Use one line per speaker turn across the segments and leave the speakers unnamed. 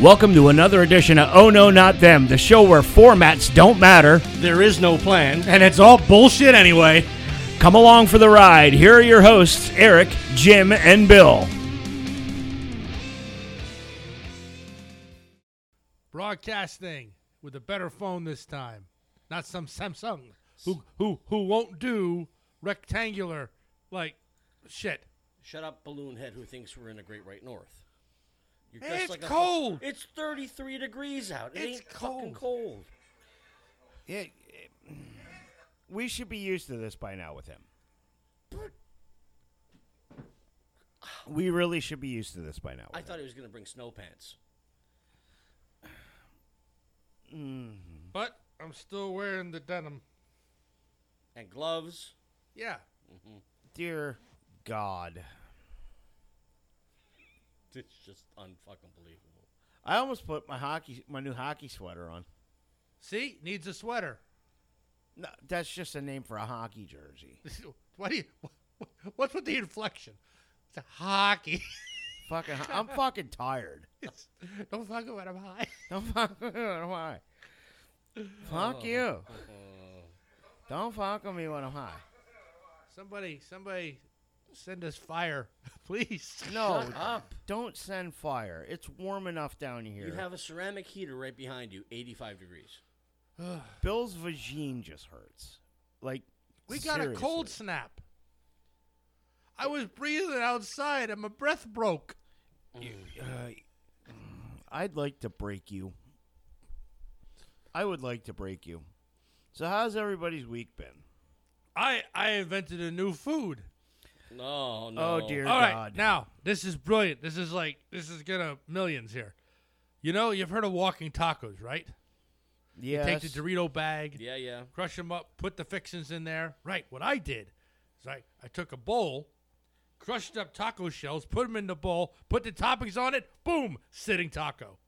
Welcome to another edition of Oh No Not Them, the show where formats don't matter.
There is no plan.
And it's all bullshit anyway. Come along for the ride. Here are your hosts, Eric, Jim, and Bill.
broadcasting with a better phone this time, not some Samsung who who who won't do rectangular like shit.
Shut up, balloon head who thinks we're in the Great White North. You're
Hey,
dressed
it's
like a-
cold.
it's 33 degrees out. It
It's
ain't fucking
cold.
cold.
Yeah, we should be used to this by now with him. We really should be used to this by now.
I thought he was going to bring snow pants.
But I'm still wearing the denim.
And gloves.
Yeah,
Dear God.
It's just unfucking believable.
I almost put my hockey, my new hockey sweater on.
see, needs a sweater.
No, that's just a name for a hockey jersey.
What do you? wh- What's with the inflection? It's a hockey.
fucking, I'm fucking tired.
It's- Don't fuck about I'm high.
Don't fuck, don't why. Fuck you.
Uh-huh.
Don't fuck with me when I'm high.
Somebody, somebody, send us fire, please.
No,
Shut up.
don't send fire. It's warm enough down here.
You have a ceramic heater right behind you, 85 degrees.
Bill's vagine just hurts. Like
We got a cold
seriously.
snap. I was breathing outside and my breath broke.
Mm.
uh,
I'd like to break you. I would like to break you. So, how's everybody's week been?
I I invented a new food.
No, no.
Oh dear
All right,
God!
now this is brilliant. This is like this is gonna millions here. You know, you've heard of walking tacos, right?
yes.
Take the Dorito bag,
Yeah, yeah.
crush them up, put the fixings in there. Right. What I did is I I took a bowl, crushed up taco shells, put them in the bowl, put the toppings on it. Boom, sitting taco.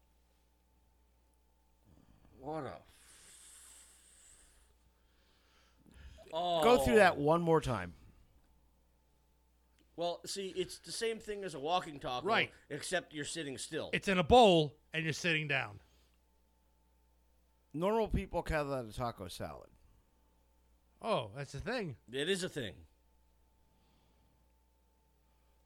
What a. Oh.
Go through that one more time.
Well, see, it's the same thing as a walking taco,
Right.
Except you're sitting still.
It's in a bowl and you're sitting down.
Normal people call that a taco salad.
Oh, that's the thing.
it is a thing.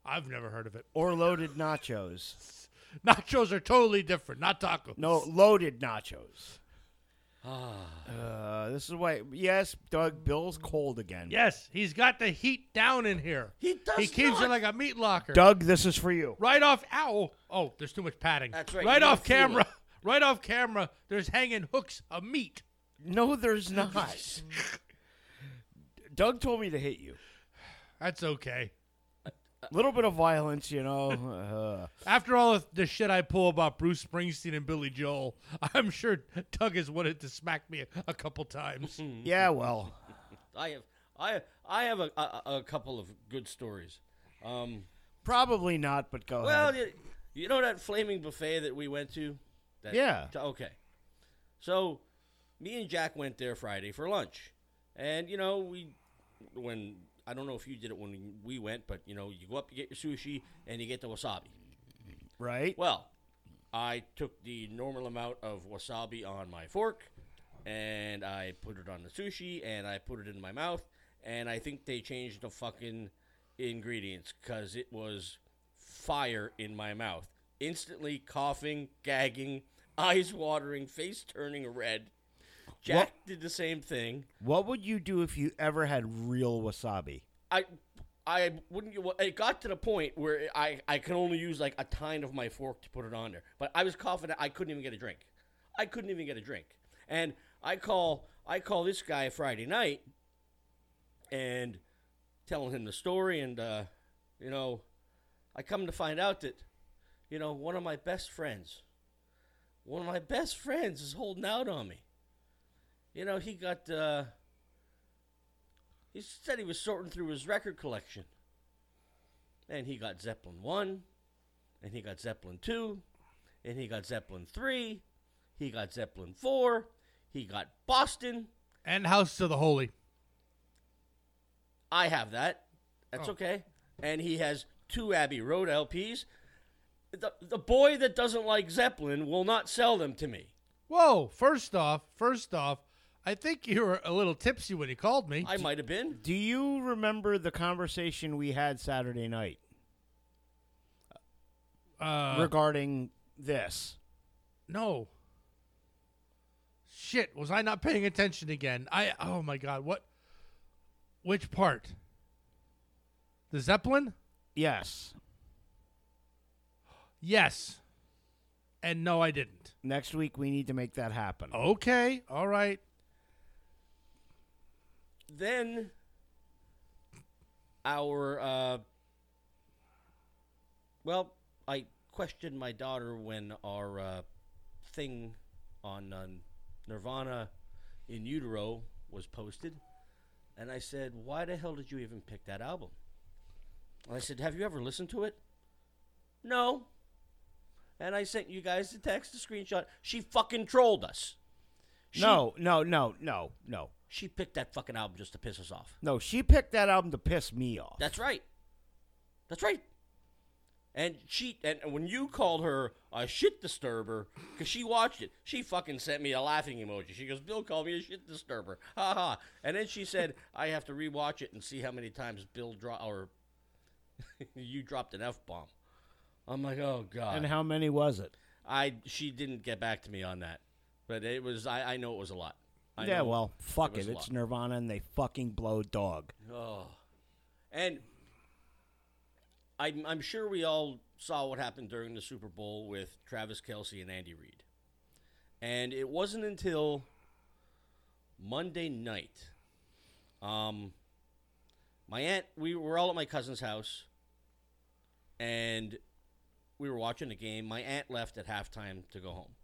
I've never heard of it.
Or loaded nachos.
Nachos are totally different, not tacos.
No, loaded nachos.
Ah.
Uh, this is why, yes, Doug, Bill's cold again.
Yes, he's got the heat down in here.
He does
He keeps
not.
it like a meat locker.
Doug, this is for you.
Right off. Ow. Oh, there's too much padding.
That's right,
Right
you
off
can feel
camera.
it.
Right off camera. There's hanging hooks of meat.
No, there's not. Doug told me to hit you.
That's okay.
little bit of violence, you know. Uh,
After all of the shit I pull about Bruce Springsteen and Billy Joel, I'm sure Doug has wanted to smack me a, a couple times.
Mm-hmm.
yeah, well,
I have I I have a, a, a couple of good stories. Um,
probably not, but go
well,
ahead.
you, you know that flaming buffet that we went to. That,
Yeah.
t- okay. So, me and Jack went there Friday for lunch, and you know we when I don't know if you did it when we went, but you know you go up, you get your sushi, and you get the wasabi.
Right?
Well, I took the normal amount of wasabi on my fork, and I put it on the sushi, and I put it in my mouth, and I think they changed the fucking ingredients because it was fire in my mouth. Instantly coughing, gagging, eyes watering, face turning red. Jack did the same thing.
What would you do if you ever had real wasabi?
I I wouldn't. Well, it got to the point where I I can only use like a tine of my fork to put it on there. But I was coughing. I couldn't even get a drink. I couldn't even get a drink. And I call I call this guy Friday night, and telling him the story. And uh, you know, I come to find out that you know one of my best friends, one of my best friends is holding out on me. You know, he got. Uh, he said he was sorting through his record collection. And he got Zeppelin 1, and he got Zeppelin 2, and he got Zeppelin 3, he got Zeppelin 4, he got Boston.
and House to the Holy.
I have that. That's okay. And he has two Abbey Road LPs. The, the boy that doesn't like Zeppelin will not sell them to me.
Whoa! First off, first off, I think you were a little tipsy when you called me.
I might have been.
Do you remember the conversation we had Saturday night
uh,
regarding this?
no. Shit! Was I not paying attention again? I oh my god! What? Which part? The zeppelin?
Yes.
Yes. And no, I didn't.
Next week we need to make that happen.
Oh,
Okay. All right.
Then our uh, well, I questioned my daughter when our uh, thing on uh, Nirvana in utero was posted, and I said, "Why the hell did you even pick that album?" And I said, "Have you ever listened to it?" No. And I sent you guys the text, the screenshot. She fucking trolled us. She-
No, no, no, no, no.
She picked that fucking album just to piss us off.
No, she picked that album to piss me off.
That's right. That's right. And she and when you called her a shit disturber because she watched it, she fucking sent me a laughing emoji. She goes, "Bill called me a shit disturber, ha ha." And then she said, "I have to rewatch it and see how many times Bill dro- or you dropped an f bomb." I'm like, "Oh god."
and how many was it?
I she didn't get back to me on that, but it was I I know it was a lot. I
yeah,
know-
well, fuck
was
it.
a
It's
lot.
Nirvana and they fucking blow dog.
Oh, and I'm, I'm sure we all saw what happened during the Super Bowl with Travis Kelsey and Andy Reid. And it wasn't until Monday night. Um, my aunt, we were all at my cousin's house, and we were watching the game. My aunt left at halftime to go home.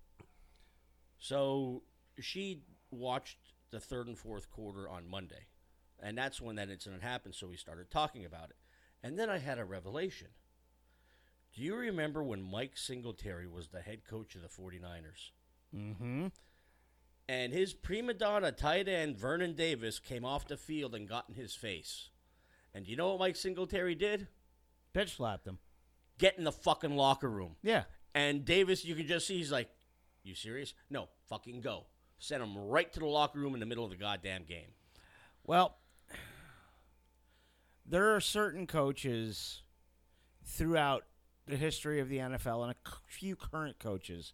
So she watched the third and fourth quarter on Monday. And that's when that incident happened. So we started talking about it. And then I had a revelation. Do you remember when Mike Singletary was the head coach of the 49ers?
Mm-hmm.
And his prima donna tight end, Vernon Davis, came off the field and got in his face. And you know what Mike Singletary did?
Bitch slapped him.
Get in the fucking locker room.
Yeah.
And Davis, you can just see he's like, You serious? No, fucking go. Sent him right to the locker room in the middle of the goddamn game.
Well, there are certain coaches throughout the history of the NFL and a c- few current coaches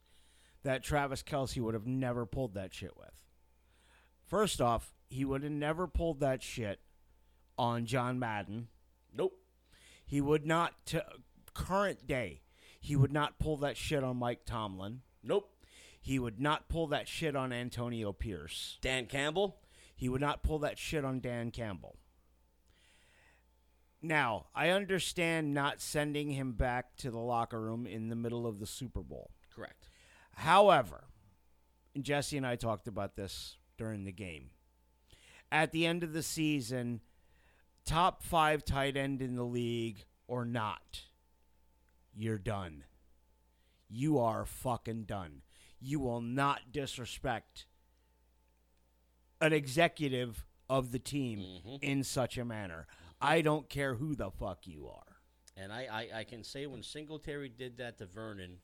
that Travis Kelsey would have never pulled that shit with. First off, he would have never pulled that shit on John Madden.
Nope.
He would not, to current day, he would not pull that shit on Mike Tomlin.
Nope.
He would not pull that shit on Antonio Pierce.
Dan Campbell?
He would not pull that shit on Dan Campbell. Now, I understand not sending him back to the locker room in the middle of the Super Bowl.
Correct.
However, and Jesse and I talked about this during the game. At the end of the season, top five tight end in the league or not, you're done. You are fucking done. You will not disrespect an executive of the team in such a manner. I don't care who the fuck you are.
And I, I, I can say when Singletary did that to Vernon,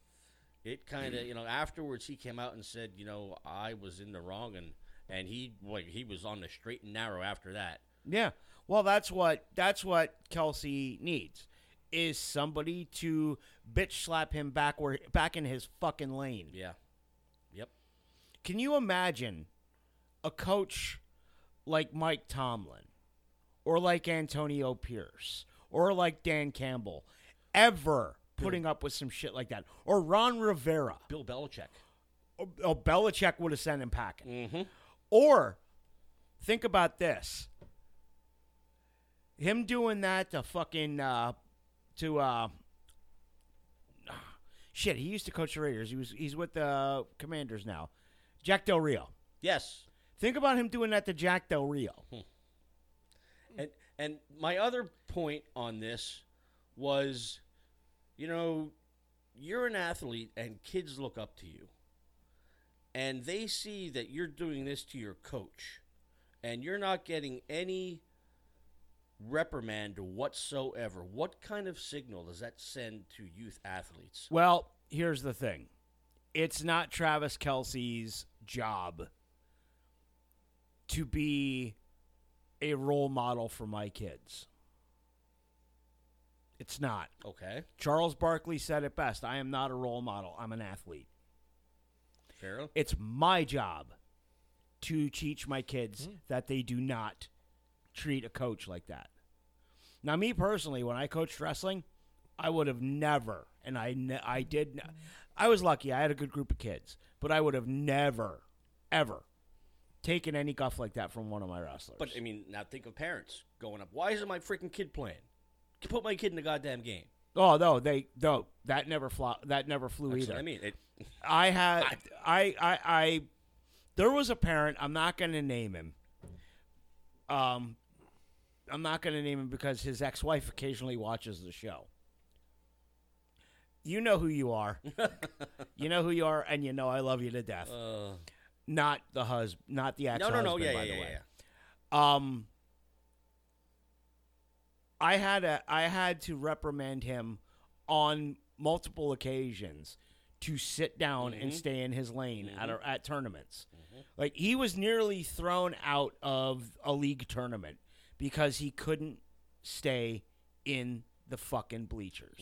it kind of you know afterwards he came out and said you know I was in the wrong and and he like he was on the straight and narrow after that.
Yeah. Well, that's what that's what Kelsey needs is somebody to bitch slap him back where back in his fucking lane.
Yeah. Yep.
Can you imagine a coach like Mike Tomlin or like Antonio Pierce or like Dan Campbell ever putting up with some shit like that or Ron Rivera?
Bill Belichick.
or, or Belichick would have sent him packing.
Mhm.
Or think about this: him doing that to fucking uh, to uh, shit. He used to coach the Raiders. He was he's with the Commanders now. Jack Del Rio.
Yes.
Think about him doing that to Jack Del Rio.
And and my other point on this was, you know, you're an athlete and kids look up to you. And they see that you're doing this to your coach and you're not getting any reprimand whatsoever, what kind of signal does that send to youth athletes?
Well, here's the thing it's not Travis Kelsey's job to be a role model for my kids. It's not.
Okay,
Charles Barkley said it best I am not a role model, I'm an athlete.
fair enough.
It's my job to teach my kids
Hmm.
that they do not treat a coach like that. Now, me personally, when I coached wrestling, I would have never, and I, ne- I did, n- I was lucky. I had a good group of kids, but I would have never, ever taken any guff like that from one of my wrestlers.
But I mean, now think of parents going up. Why isn't my freaking kid playing? Put my kid in the goddamn game.
oh no, they no, that never flew. That never flew
That's
either.
what I mean, it,
I had I I I there was a parent, I'm not going to name him. Um I'm not going to name him because his ex-wife occasionally watches the show. You know who you are. you know who you are and you know I love you to death.
uh,
not the husband, not the
no,
ex-husband
no, no, yeah,
by
yeah,
the
yeah,
way.
yeah.
Um, I had a I had to reprimand him on multiple occasions to sit down and stay in his lane at a, at tournaments. Like he was nearly thrown out of a league tournament because he couldn't stay in the fucking bleachers.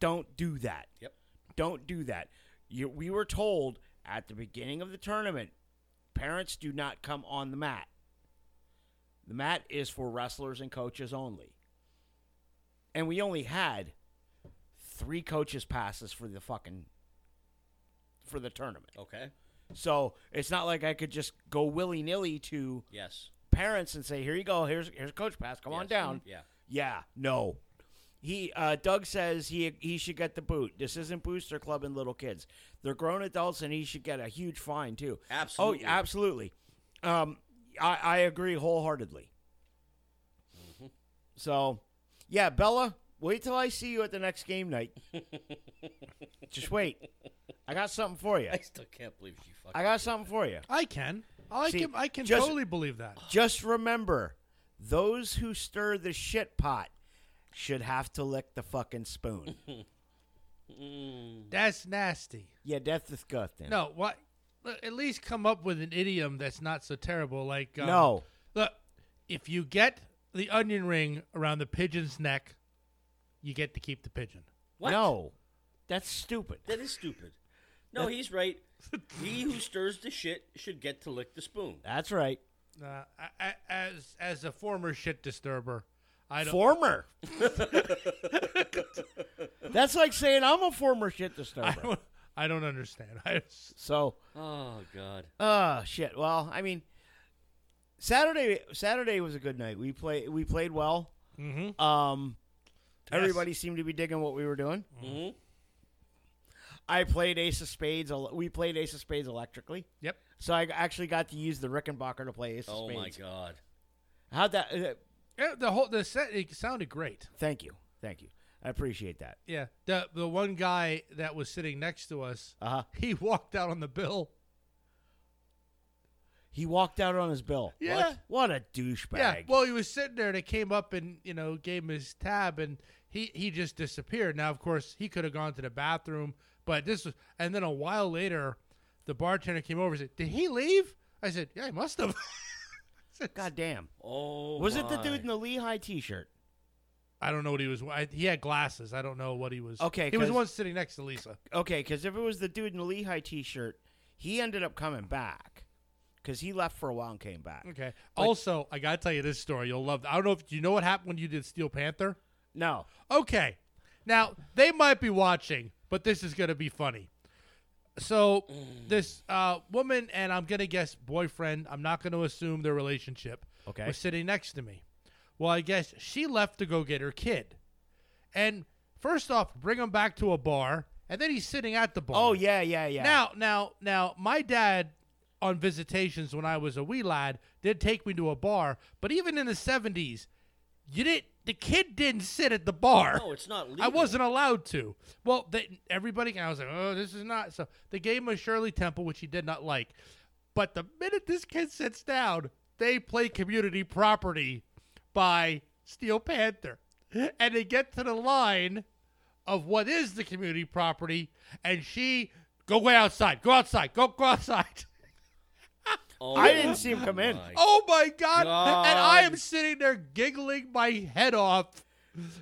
Don't do that.
Yep.
Don't do that. You, we were told at the beginning of the tournament, parents do not come on the mat. The mat is for wrestlers and coaches only. And we only had three coaches passes for the fucking for the tournament.
Okay.
So it's not like I could just go willy nilly to
Yes.
parents and say, "Here you go. Here's here's a coach pass. Come on
Yes.
down."
Yeah.
Yeah, no. He uh, Doug says he he should get the boot. This isn't booster club and little kids. They're grown adults, and he should get a huge fine too.
Absolutely.
Oh, absolutely. Um, I I agree wholeheartedly. So, yeah, Bella, wait till I see you at the next game night. Just wait. I got something for you.
I still can't believe she fucking.
I got something for you.
I can. I
See,
can. I can
just-
totally believe that.
Just remember, those who stir the shit pot should have to lick the fucking spoon.
That's nasty.
Yeah, death disgusting.
No, what? look, At least come up with an idiom that's not so terrible. Like um,
No.
look, if you get the onion ring around the pigeon's neck, you get to keep the pigeon.
What?
No. That's stupid.
That is stupid. No, he's right. He who stirs the shit should get to lick the spoon.
That's right.
Uh, I, I, as as a former shit disturber, I don't.
Former. That's like saying I'm a former shit
I
disturber.
don't, I don't understand. I just-
So,
Oh God.
oh shit. Well, I mean, Saturday Saturday was a good night. We play we played well. Mm-hmm. Um, everybody seemed to be digging what we were doing.
hmm
I played Ace of Spades. el- We played Ace of Spades electrically.
yep.
So I actually got to use the Rickenbacker to play Ace of
Oh
Spades.
my God.
How'd that? Uh,
Yeah, the whole the set it sounded great.
thank you, thank you. I appreciate that.
Yeah. The the one guy that was sitting next to us,
Uh huh.
he walked out on the bill.
He walked out on his bill.
Yeah.
What, what a douchebag.
Yeah. Well, he was sitting there. They came up and you know gave him his tab, and he he just disappeared. Now, of course, he could have gone to the bathroom, but this was. And then a while later, the bartender came over and said, "Did he leave?" I said, "Yeah, he must have."
God damn.
Oh.
was it the
my.
dude in the Lehigh T-shirt?
I don't know what he was. I, he had glasses. I don't know what he was.
Okay,
He was
'cause-
the one sitting next to Lisa.
Okay, because if it was the dude in the Lehigh T-shirt, he ended up coming back because he left for a while and came back.
Okay. also, I gotta tell you this story. You'll love. I don't know if do you know what happened when you did Steel Panther.
No.
Okay. Now, they might be watching, but this is going to be funny. So, this uh, woman and I'm going to guess boyfriend, I'm not going to assume their relationship,
Okay.
was sitting next to me. Well, I guess she left to go get her kid. And first off, bring him back to a bar, and then he's sitting at the bar.
Oh yeah, yeah, yeah.
Now, now, now, my dad on visitations when I was a wee lad did take me to a bar, but even in the 70s, you didn't. The kid didn't sit at the bar.
Oh,
No, it's not legal.
I wasn't allowed to. Well, they, everybody, I was like, oh, this is not. So they gave him a Shirley Temple, which he did not like. But the minute this kid sits down, they play community property by Steel Panther. And they get to the line of what is the community property, and she go way outside, go outside, go go outside.
Oh,
I didn't see him come in.
my
Oh my god. And I am
God.
sitting there giggling my head off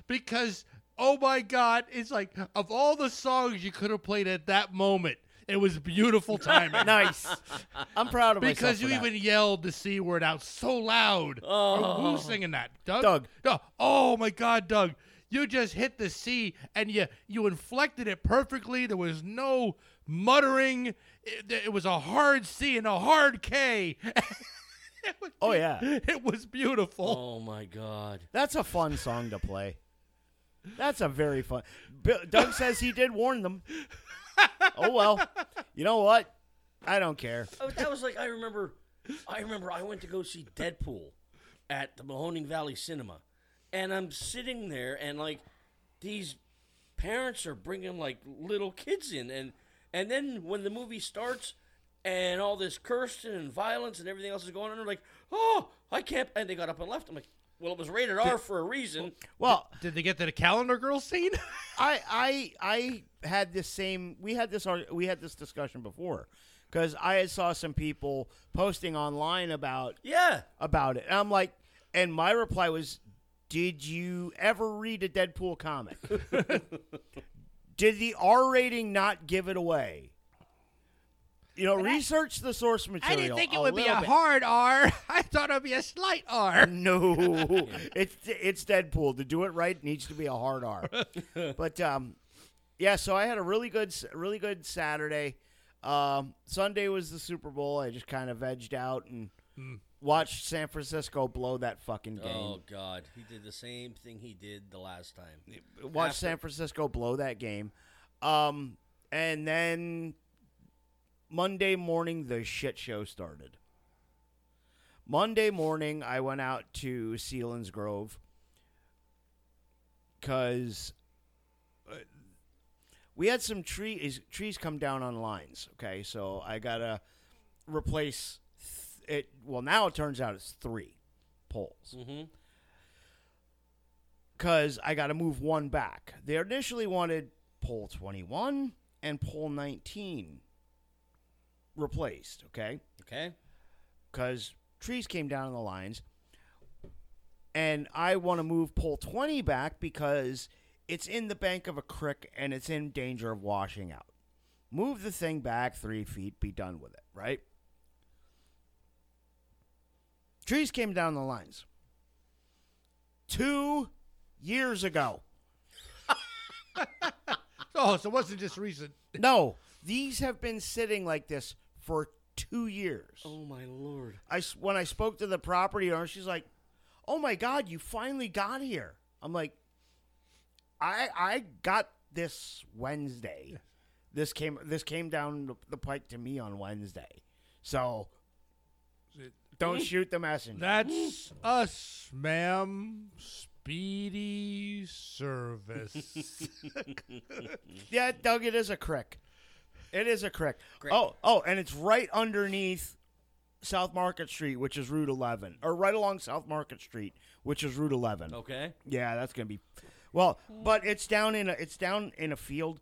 because oh my god, it's like of all the songs you could have played at that moment, it was beautiful timing.
Nice. I'm proud of myself.
Because
for
you
that.
even yelled the C word out so loud.
Oh.
Who's singing that? Doug?
Doug.
No. Oh my God, Doug. You just hit the C and you you inflected it perfectly. There was no muttering. It, it was a hard C and a hard K. It was-
Oh, yeah.
It was beautiful.
Oh my god.
That's a fun song to play. That's a very fun. Bill- Doug says he did warn them. Oh well. You know what? I don't care.
Oh, that was like I remember. I remember I went to go see Deadpool at the Mahoning Valley Cinema, and I'm sitting there and like these parents are bringing like little kids in, and and then when the movie starts and all this cursing and violence and everything else is going on, they're like, oh, I can't, and they got up and left. I'm like, well, it was rated R for a reason.
Well,
Did they get to the calendar girl scene?
I I I had this same. We had this ar- we had this discussion before because I had saw some people posting online about
Yeah,
about it. And I'm like, and my reply was, Did you ever read a Deadpool comic? Did the R rating not give it away? You know, research the source material. little bit.
hard R. I thought it would be a slight R.
No, it's it's Deadpool. To do it right it needs to be a hard R. but um, yeah, so I had a really good really good Saturday. Um, Sunday was the Super Bowl. I just kind of vegged out and watched San Francisco blow that fucking game.
Oh God, he did the same thing he did the last time.
watch
After-
San Francisco blow that game. Um, and then Monday morning, the shit show started. Monday morning, I went out to Sealands Grove because uh, we had some trees trees come down on lines. Okay, so I gotta replace th- it. Well, now it turns out it's three poles
Mm-hmm.
because I got to move one back. They initially wanted pole 21 and pole 19 replaced, okay?
Okay.
Because trees came down on the lines. And I want to move pole 20 back because it's in the bank of a creek and it's in danger of washing out. Move the thing back three feet, be done with it, right? Trees came down the lines two years ago.
Oh, so it wasn't just recent.
No, these have been sitting like this for two years.
Oh my lord.
I s when I spoke to the property owner, she's like, "Oh my god, you finally got here." I'm like, "I I got this Wednesday. This came this came down the- the pike to me on Wednesday, so don't shoot the messenger."
That's us, ma'am. Speedy service.
Yeah, Doug, it is a crick. It is a crick.
Crick.
Oh, oh, and it's right underneath South Market Street, which is Route 11, or right along South Market Street, which is Route 11.
Okay.
Yeah, that's gonna be. Well, but it's down in a it's down in a field,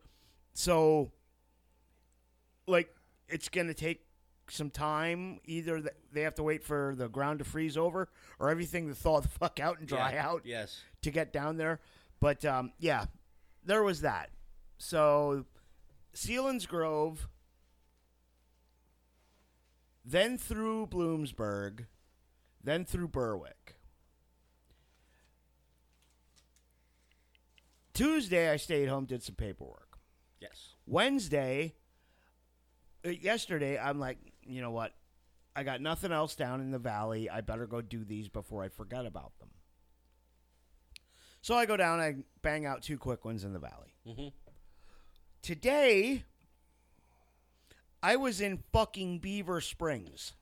so like it's gonna take some time. Either th- they have to wait for the ground to freeze over, or everything to thaw the fuck out and dry
Yeah.
out
Yes.
to get down there. But um, yeah, there was that. So, Sealands Grove, then through Bloomsburg, then through Berwick. Tuesday, I stayed home, did some paperwork.
Yes.
Wednesday, uh, yesterday, I'm like, you know what? I got nothing else down in the valley. I better go do these before I forget about them. So I go down, I bang out two quick ones in the valley.
Mhm.
Today, I was in fucking Beaver Springs,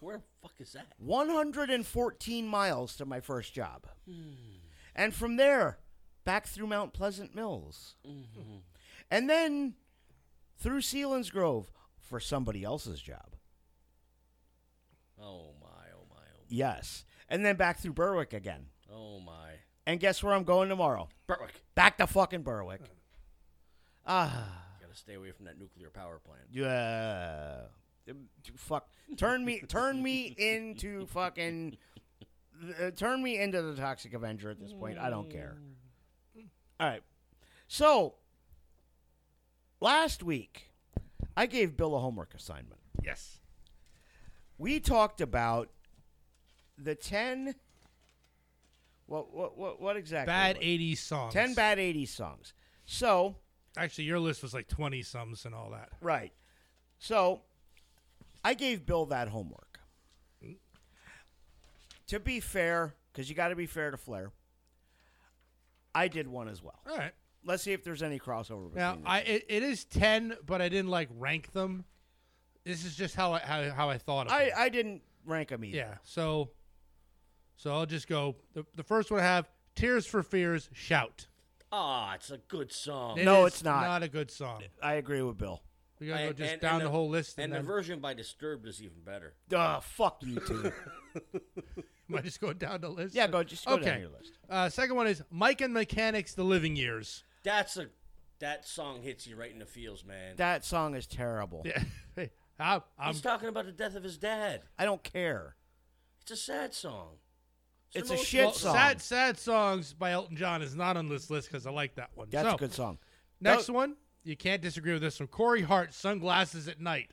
Where the fuck is that?
114 miles to my first job. And from there, back through Mount Pleasant Mills. And then through Sealands Grove for somebody else's job.
Oh my, oh my, oh
Yes. and then back through Berwick again.
Oh my,
And guess where I'm going tomorrow?
Berwick,
Back to fucking Berwick. Ah,
gotta stay away from that nuclear power plant.
yeah. Fuck. Turn me, turn me into fucking. uh, turn me into the Toxic Avenger at this point. I don't care. All right. So, last week, I gave Bill a homework assignment.
Yes.
we talked about the 10 what what what, what exactly
Bad
was it?
80s songs.
10 bad 80s songs so
Actually, your list was like 20 sums and all that.
right so i gave bill that homework to be fair because you got to be fair to flair i did one as well
All right.
let's see if there's any crossover between
Now,
them.
I it, it is 10, but I didn't like rank them. This is just how I how, how I thought of
I,
them.
I didn't rank them either
Yeah. So so I'll just go the, the first one I have Tears for Fears Shout.
Ah, it's a good song.
It
No,
is
it's not.
Not a good song.
i agree with bill
We got to go
And-
just
and-
down
and
the, whole list
And,
and,
the
then
version by Disturbed is even better.
Duh, fuck you two.
am I just going down the list.
yeah, go just go
okay.
down your list.
Uh, second one is Mike and Mechanics The Living Years.
That's a that song hits you right in the feels, man.
That song is terrible.
Yeah. Hey, I, I'm
He's talking about the death of his dad.
I don't care.
It's a sad song.
It's a
emotional.
shit
Well,
song.
Sad, sad songs by Elton John is not on this list because I like that one.
That's
so,
a good song.
Next
That-
one, you can't disagree with this one. Corey Hart, "Sunglasses at Night,"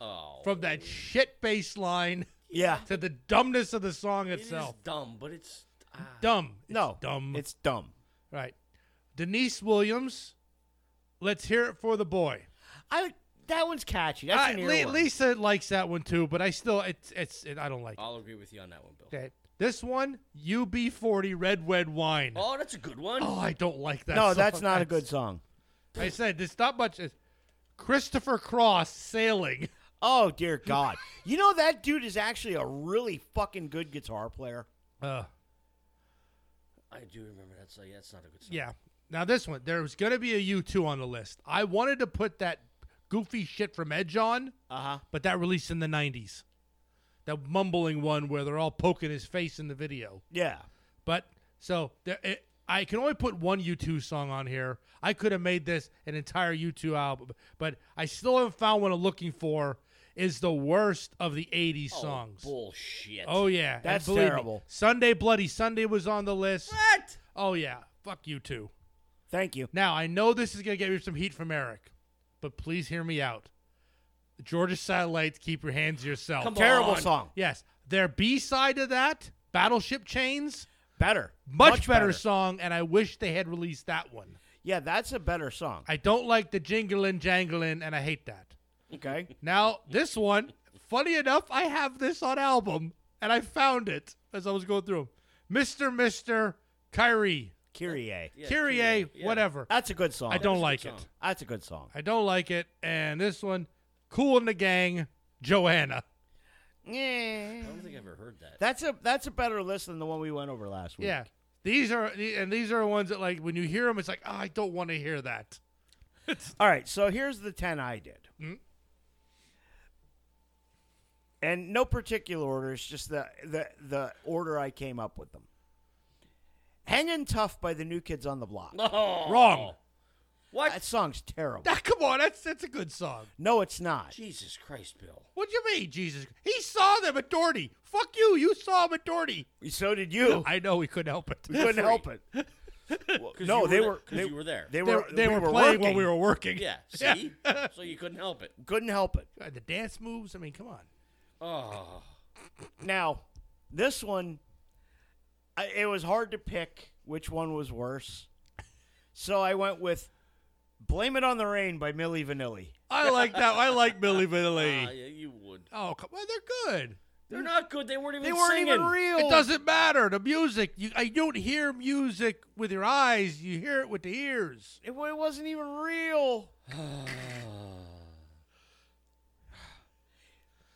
Oh,
from that shit bass line
Yeah.
to the dumbness of the song
it is
itself.
dumb, but it's ah,
Dumb. It's
No.
dumb.
It's dumb.
right. Denise Williams, "Let's Hear It for the Boy."
I that one's catchy. That's
I-
an
Le-
earworm.
Lisa likes that one too, but I still it's it's it, I don't like it.
I'll agree with you on that one, Bill.
Okay. This one, UB40, Red Red Wine.
Oh, that's a good one.
Oh, I don't like that.
no,
song.
that's not a good song.
I said there's not much. it's Christopher Cross sailing.
Oh dear God! you know that dude is actually a really fucking good guitar player.
Uh,
I do remember that song. Yeah, that's not a good song.
yeah. Now this one, there was gonna be a U2 on the list. I wanted to put that goofy shit from Edge on,
Uh
Uh-huh.
huh.
but that released in the '90s. That mumbling one where they're all poking his face in the video.
Yeah.
But so there, it, I can only put one U2 song on here. I could have made this an entire U2 album, but I still haven't found what I'm looking for. Is the worst of the '80s
Oh,
songs.
Bullshit.
Oh yeah, and
That's
believe me,
terrible.
Sunday Bloody Sunday was on the list.
What?
Oh yeah, fuck you too.
Thank you.
Now I know this is gonna get me some heat from Eric, but please hear me out. The Georgia Satellites, keep your hands to yourself.
Come
Terrible
on.
song.
Yes, their B side of that, Battleship Chains,
Better.
much, better, song, and I wish they had released that one.
Yeah, that's a better song.
I don't like the jingling jangling, and I hate that.
Okay.
Now this one, funny enough, I have this on album, and I found it as I was going through them. Mr. Mr. Kyrie,
Kyrie.
Yeah,
Kyrie,
yeah.
whatever.
That's a good song.
I don't like
good
it.
song.
That's a good song.
I don't like it. And this one, Cool in the Gang, Joanna.
Yeah.
I don't think I ever heard that.
That's a that's a better list than the one we went over last week.
Yeah. These are and these are ones that like when you hear them, it's like oh, I don't want to hear that.
All right, so here's the 10 I did.
Hmm?
Mm.
And no particular order, it's just the, the, the order I came up with them. Hangin' Tough by the New Kids on the Block.
Oh.
Wrong.
What?
That song's terrible.
Ah, come on, that's that's a good song.
No, it's not.
Jesus Christ, Bill.
What do you mean, Jesus? He saw them at Doherty. Fuck you. You saw him at Doherty.
So did
Oh.
you.
I know we couldn't help it.
We couldn't help it. Well,
'Cause
no,
you
they
there-
were
'cause
they,
you were there.
They
They
were
were, they were, playing
working.
while we were working.
yeah.
Yeah.
See, so you couldn't help it.
Couldn't help it.
God, the dance moves. I mean, come on.
Oh.
Now, this one, I, it was hard to pick which one was worse. So I went with Blame It on the Rain by Millie Vanilli.
I like that. I like Billy
Ah,
Vanilli.
yeah, you would.
Oh, come on. They're good.
They're not good. They weren't even
They weren't
singing.
even real.
Oh.
It doesn't matter. The music, you, I don't hear music with your eyes. You hear it with the ears.
It, wa- it wasn't even real.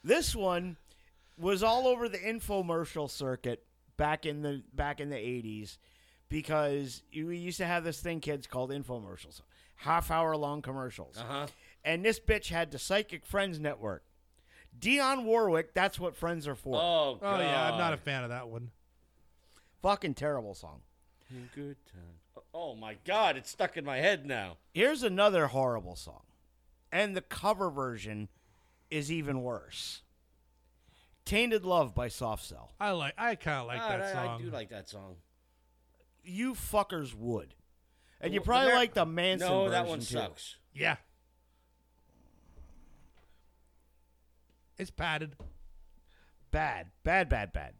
this one was all over the infomercial circuit back in the back in the eighties because you- we used to have this thing, kids, called infomercials, half hour long commercials.
Uh-huh.
And this bitch had the Psychic Friends Network. Dion Warwick, that's what friends are for.
Oh, God.
Oh yeah, I'm not a fan of that one.
Fucking terrible song.
Good time. Oh my God, it's stuck in my head now.
Here's another horrible song. And the cover version is even worse. Tainted Love by Soft Cell.
I like. I kind of like
Ah,
that
I-
song.
I do like that song.
You fuckers would. And you
The
probably
Mar-
like the Manson
no,
version
that one
too.
sucks.
yeah. It's padded.
Bad, bad, bad, bad.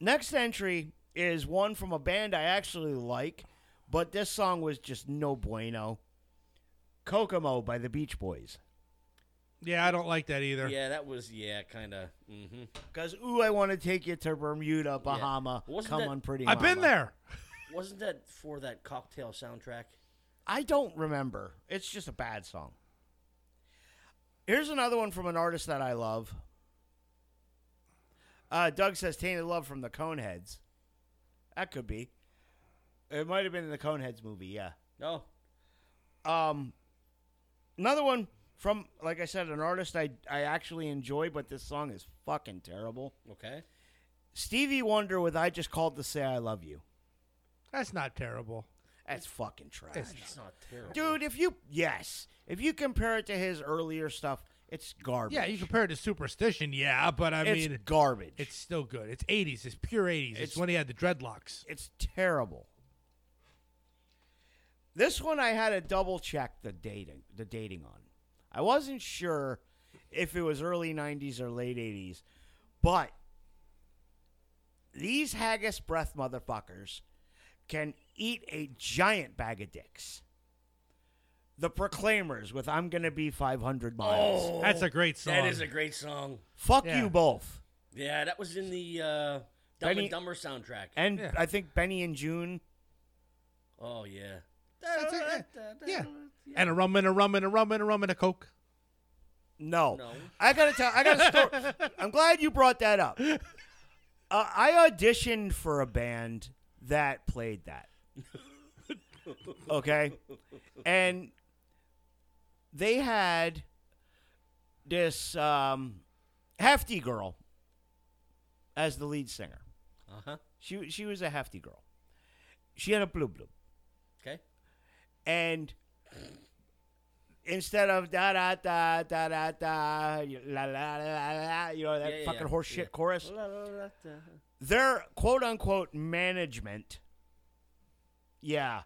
Next entry is one from a band I actually like, but this song was just no bueno. Kokomo by the Beach Boys.
Yeah, I don't like that either.
Yeah, that was yeah, kind of. Mm-hmm.
Because, ooh, I want to take you to Bermuda, Bahama.
Wasn't
Come
that-
on, pretty
I've been
mama.
there.
Wasn't that for that cocktail soundtrack?
I don't remember. It's just a bad song. Here's another one from an artist that I love. Uh, Doug says Tainted Love from the Coneheads. That could be. It might have been in the Coneheads movie, yeah.
No,
Um, another one from, like I said, an artist I, I actually enjoy, but this song is fucking terrible.
okay.
Stevie Wonder with I Just Called to Say I Love You.
That's not terrible.
That's fucking trash.
It's not terrible.
Dude, if you, yes, if you compare it to his earlier stuff, it's garbage.
Yeah, you compare it to Superstition. Yeah, but I
it's
mean,
garbage.
it's still good. It's '80s. It's pure '80s. It's,
It's-
when he had the dreadlocks.
it's terrible. This one I had to double check the dating the dating on. I wasn't sure if it was early '90s or late '80s, but these haggis breath motherfuckers can eat a giant bag of dicks. The Proclaimers with "I'm gonna be 500 miles."
That's a great song.
Oh. That is a great song.
Fuck
Oh. Yeah.
you both.
Yeah, that was in the uh, Dumb
Benny-
and Dumber soundtrack.
And
Yeah.
I think Benny and June.
oh yeah.
That's a- yeah. And a rum and a rum and a rum and a rum and a coke.
No.
No.
I gotta tell. I got a story. I'm glad you brought that up. Uh, I auditioned for a band that played that. Okay, and they had this um, hefty girl as the lead singer.
Uh huh.
She she was a hefty girl. She had a blue blue.
Okay.
and instead of da da da da da da you- la la la la, la you know that
Yeah, yeah,
fucking
yeah,
horse shit
yeah.
chorus, their quote unquote management, yeah,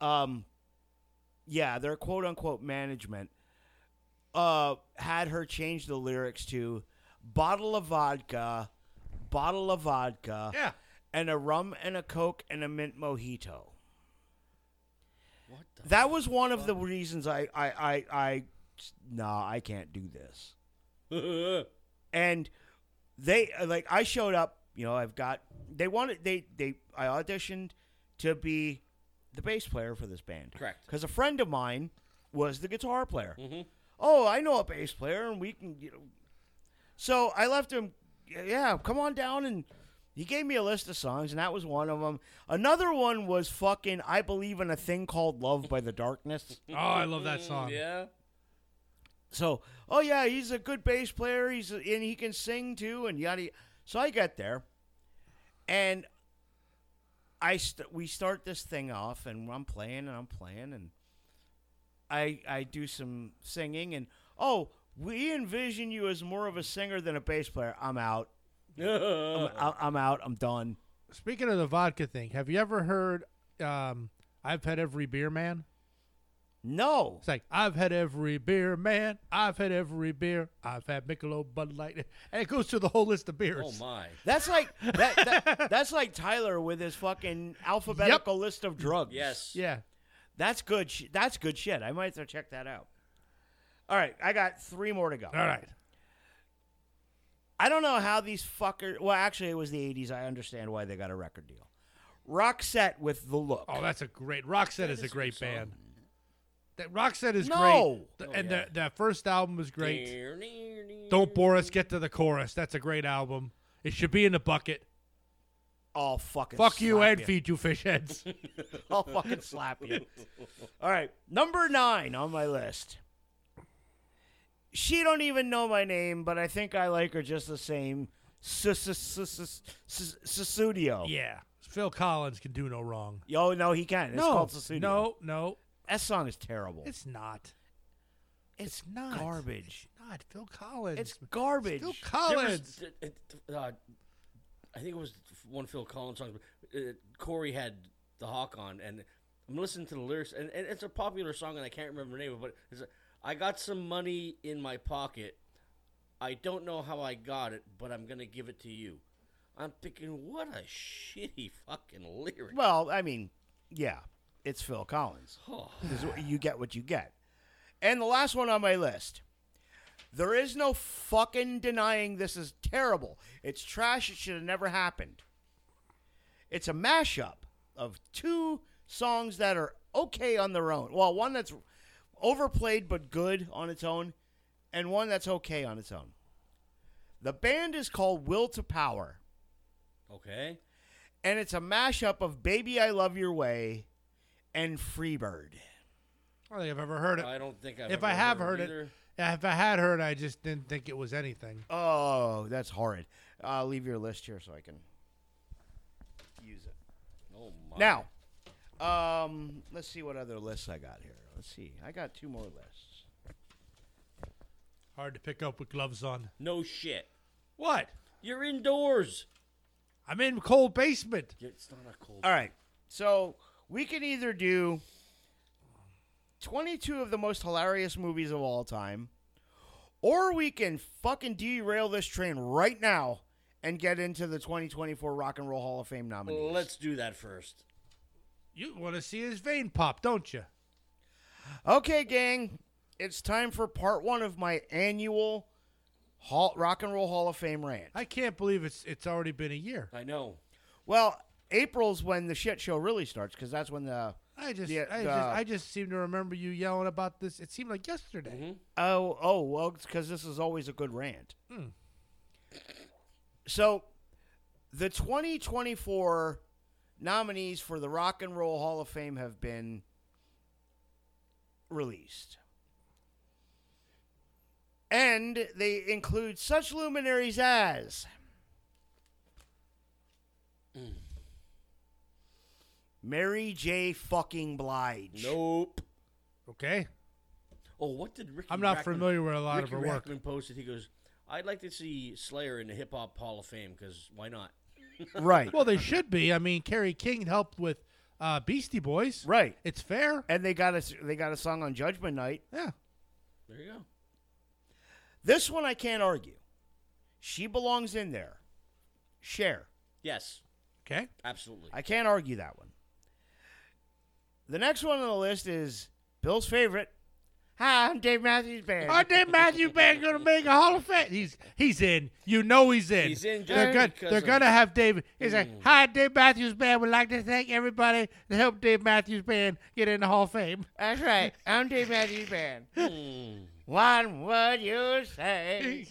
um, yeah, their quote unquote management, uh, had her change the lyrics to bottle of vodka, bottle of vodka,
Yeah.
and a rum and a coke and a mint mojito.
What the?
That was one of the reasons I, I, I, I, nah, I can't do this. And they, like, I showed up, you know, I've got, they wanted, they, they, I auditioned to be the bass player for this band.
Correct.
Because a friend of mine was the guitar player. Oh, I know a bass player and we can, you know. So I left him, yeah, come on down and, he gave me a list of songs, and that was one of them. Another one was fucking "I Believe in a Thing Called Love" by the Darkness.
Oh, I love that song.
Mm, yeah.
So, oh yeah, he's a good bass player. He's and he can sing too, and yada. yada. So I get there, and I st- we start this thing off, and I'm playing and I'm playing, and I I do some singing, and oh, we envision you as more of a singer than a bass player. I'm out. I'm, I'm out. I'm done.
Speaking of the vodka thing, have you ever heard? Um, I've had every beer man.
No.
It's like I've had every beer man. I've had every beer. I've had Michelob, Bud Light, and it goes through the whole list of beers.
oh my.
That's like that, that- That's like Tyler with his fucking alphabetical list of drugs.
Yes.
Yeah.
that's good. Sh- that's good shit. I might have to check that out. All right, I got three more to go.
All right.
I don't know how these fuckers. Well, actually, it was the '80s. I understand why they got a record deal. Roxette with the look.
Oh, that's a great. Roxette is a great band. That Roxette is
No!
great. The-
Oh,
and
yeah.
the, that first album was great.
Great.
Don't bore us. Get to the chorus. That's a great album. It should be in the bucket.
I'll fucking
Fuck you
slap
and feed you fish heads.
I'll fucking slap you. All right, number nine on my list. She don't even know my name, but I think I like her just the same. Susudio.
Yeah. Phil Collins can do no wrong.
Oh no, he can. It's
no,
called Susudio.
no, no,
that song is terrible.
it's not.
It's
not.
garbage.
It's not Phil Collins.
It's garbage.
Phil
There was-
Collins.
th- it- th- uh, I think it was one Phil Collins song. Uh, Corey had the hawk on, and I'm listening to the lyrics, and, and it's a popular song, and I can't remember the name of it. But it's a, I got some money in my pocket. I don't know how I got it, but I'm gonna give it to you. I'm thinking, what a shitty fucking lyric.
Well, I mean, yeah, it's Phil Collins. This is what- you get what you get. And the last one on my list. There is no fucking denying this is terrible. It's trash. It should have never happened. It's a mashup of two songs that are okay on their own. Well, one that's overplayed but good on its own, and one that's okay on its own. The band is called Will to Power
Okay,
and it's a mashup of "Baby I Love Your Way" and "Freebird."
I don't think I've ever heard it.
I don't think I've
if
ever
I have
heard,
heard
either.
it, yeah, if I had heard, I just didn't think it was anything.
Oh, that's horrid. I'll leave your list here so I can use it.
Oh my!
Now, um, let's see what other lists I got here. Let's see. I got two more lists.
Hard to pick up with gloves on.
no shit.
What?
You're indoors.
I'm in cold basement.
It's not a cold.
All right. So we can either do 22 of the most hilarious movies of all time, or we can fucking derail this train right now and get into the 2024 Rock and Roll Hall of Fame nominees.
Let's do that first.
You want to see his vein pop, don't you?
Okay, gang. It's time for part one of my annual Hall, Rock and Roll Hall of Fame rant.
I can't believe it's it's already been a year.
I know.
Well, April's when the shit show really starts because that's when the.
I just,
Yeah,
I,
uh,
just I just seem to remember you yelling about this. It seemed like yesterday.
Mm-hmm.
Oh, oh, well, because this is always a good rant. So, the 2024 nominees for the Rock and Roll Hall of Fame have been released. And they include such luminaries as Mary J. fucking Blige.
Nope.
Okay,
Oh, what did Ricky?
I'm not
Rackman-
familiar with a lot
Ricky
of her work.
Rackman posted. He goes, "I'd like to see Slayer in the Hip Hop Hall of Fame because why not?"
Right.
Well, they should be. I mean, Carrie King helped with uh, Beastie Boys.
Right.
It's fair.
And they got a they got a song on Judgment Night.
Yeah.
There you go.
This one I can't argue. She belongs in there. Share.
Yes,
Okay.
absolutely.
I can't argue that one. The next one on the list is Bill's favorite. Hi, I'm Dave Matthews Band.
Aren't they Matthew Band gonna make a Hall of Fame? He's he's in. You know he's in.
He's in
They're
just
gonna
because
they're
of- Hmm.
gonna have Dave. He's like, hi, Dave Matthews Band. Would like to thank everybody that helped Dave Matthews Band get in the Hall of Fame.
That's right. I'm Dave Matthews Band.
Hmm.
what would you say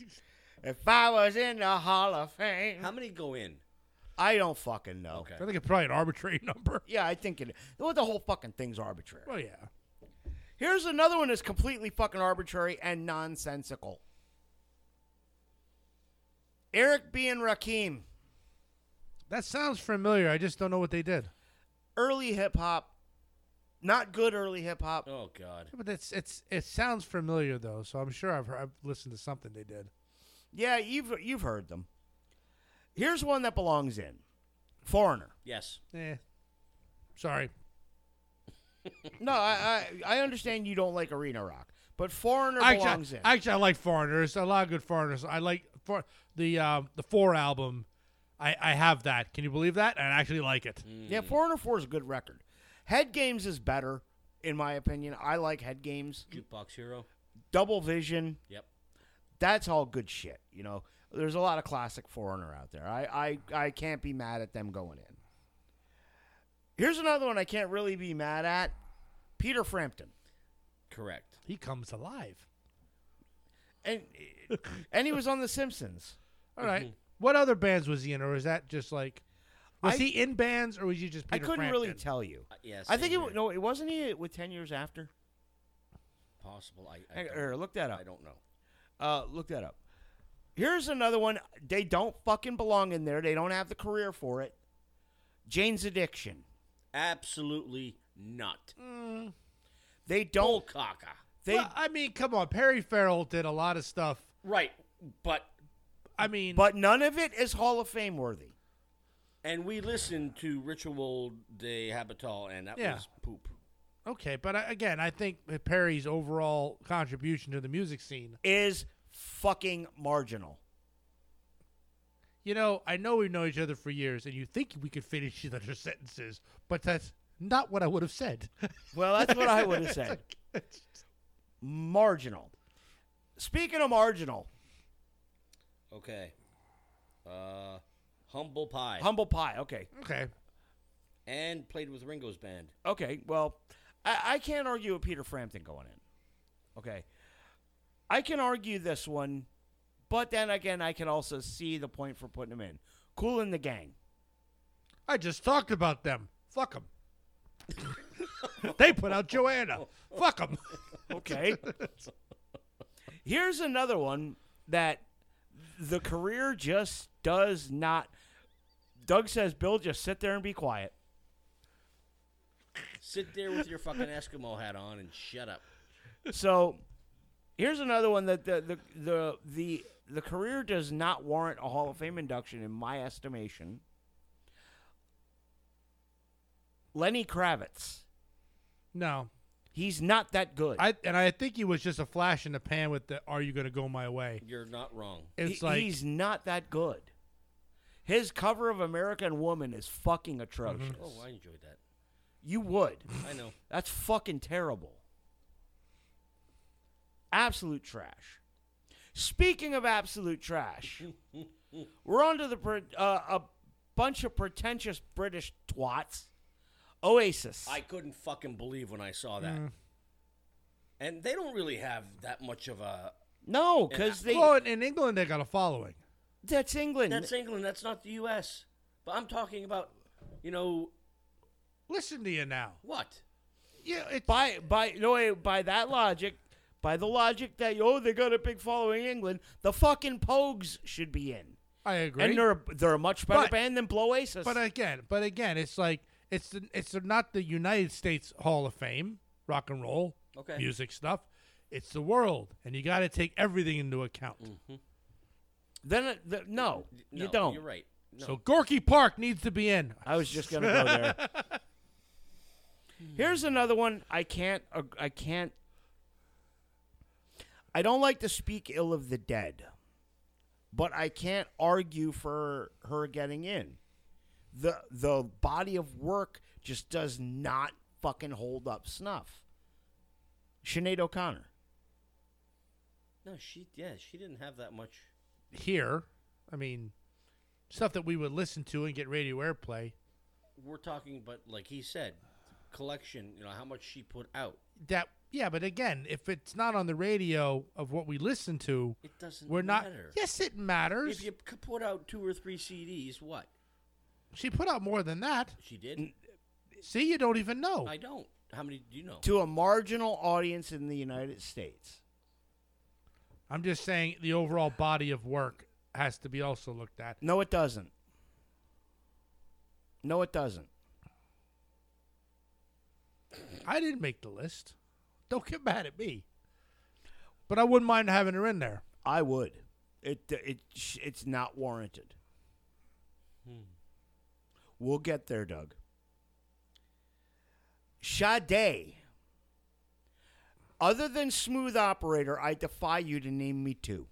if I was in the Hall of Fame?
How many go in?
I don't fucking know.
Okay.
I think it's probably an arbitrary number.
Yeah, I think it. Well, the whole fucking thing's arbitrary.
Well, yeah.
Here's another one that's completely fucking arbitrary and nonsensical. Eric B. and Rakim,
That sounds familiar. I just don't know what they did.
early hip hop, not good early hip hop.
Oh God.
But it's it's it sounds familiar though, so I'm sure I've heard, I've listened to something they did.
Yeah, you've you've heard them. Here's one that belongs in Foreigner.
Yes.
Eh. Sorry.
No, I I, I understand you don't like arena rock, but Foreigner belongs
Actually,
in.
actually, I like foreigners. A lot of good foreigners. I like for the um, the four album. I, I have that. Can you believe that? And I actually like it.
yeah, Foreigner Four is a good record. Head Games is better, in my opinion. I like Head Games.
Jukebox Hero.
Double Vision.
Yep.
that's all good shit. You know, there's a lot of classic foreigner out there. I, I, I can't be mad at them going in. Here's another one I can't really be mad at Peter Frampton.
Correct.
He comes alive.
And, and he was on The Simpsons.
All right. What other bands was he in, or was that just like? Was
I-
he in bands, or was he just? Peter
I couldn't really
Frampton?
tell you.
Uh, yes.
I think it wa-
no
no, it wasn't he with 10 years after?
possible. I. I
Hang-
don't-
er, look that
I
up.
don't know.
Uh, look that up. Here's another one. They don't fucking belong in there. They don't have the career for it. Jane's Addiction.
Absolutely not.
They don't.
Bull caca.
They
well, I mean, come on. Perry Farrell did a lot of stuff.
Right, but
I mean,
but none of it is Hall of Fame worthy.
and we listened to Ritual de Habital, and that
Yeah.
was poop.
okay. But I, again, I think Perry's overall contribution to the music scene.
Is fucking marginal.
You know, I know we know each other for years, and you think we could finish each other's sentences, but that's not what I would have said.
Well, that's what I would have said. Marginal. Speaking of marginal,
Okay. Uh, humble pie,
humble pie. Okay,
okay.
and played with Ringo's band.
okay. Well, I, I can't argue with Peter Frampton going in. Okay, I can argue this one, but then again, I can also see the point for putting him in. Cool in the gang.
I just talked about them. Fuck them. they put out Joanna. Fuck them.
Okay. Here's another one that the career just does not. Doug says, Bill, just sit there and be quiet.
Sit there with your fucking Eskimo hat on and shut up.
So here's another one that the the the the, the career does not warrant a Hall of Fame induction in my estimation. Lenny Kravitz.
No,
He's not that good.
I and I think he was just a flash in the pan with the "Are you gonna go my way?"
You're not wrong.
It's
He-
like
he's not that good. His cover of American Woman is fucking atrocious.
Mm-hmm.
Oh, I enjoyed that.
You would.
I know.
That's fucking terrible. Absolute trash. Speaking of absolute trash, we're on to the pre- uh, a bunch of pretentious British twats. Oasis.
I couldn't fucking believe when I saw that.
Mm.
mm.
And they don't really have that much of a.
no, because they
well, in, in England they got a following.
that's England.
That's England. That's not the U.S. But I'm talking about, you know,
Listen to you now.
what?
Yeah, it's
by by no way, by that logic, by the logic that oh they got a big following in England, the fucking Pogues should be in,
I agree.
and they're they're a much better
But-
band than Blow Oasis.
But again, but again, it's like it's the, it's not the United States Hall of Fame rock and roll
Okay.
music stuff. It's the world, and you got to take everything into account.
Mm,
then it- the, no, you
No,
don't.
You're right. No.
So Gorky Park needs to be in.
I was just gonna go there. Here's another one. I can't. ag- I can't. I don't like to speak ill of the dead, but I can't argue for her getting in. the The body of work just does not fucking hold up snuff. Sinead O'Connor.
no, she. Yeah, she didn't have that much.
here. I mean, stuff that we would listen to and get radio airplay.
We're talking, but like he said, collection. You know how much she put out.
That yeah, but again, if it's not on the radio of what we listen to,
It doesn't.
we're not.
matter.
Yes, it matters.
If you c- put out two or three CDs, what?
she put out more than that.
She did.
See, you don't even know.
I don't. How many do you know?
To a marginal audience in the United States.
I'm just saying the overall body of work has to be also looked at.
No, it doesn't. No, it doesn't.
I didn't make the list. Don't get mad at me. But I wouldn't mind having her in there.
I would. It it sh- it's not warranted. We'll get there, Doug. Sade. Other than smooth operator, I defy you to name me two.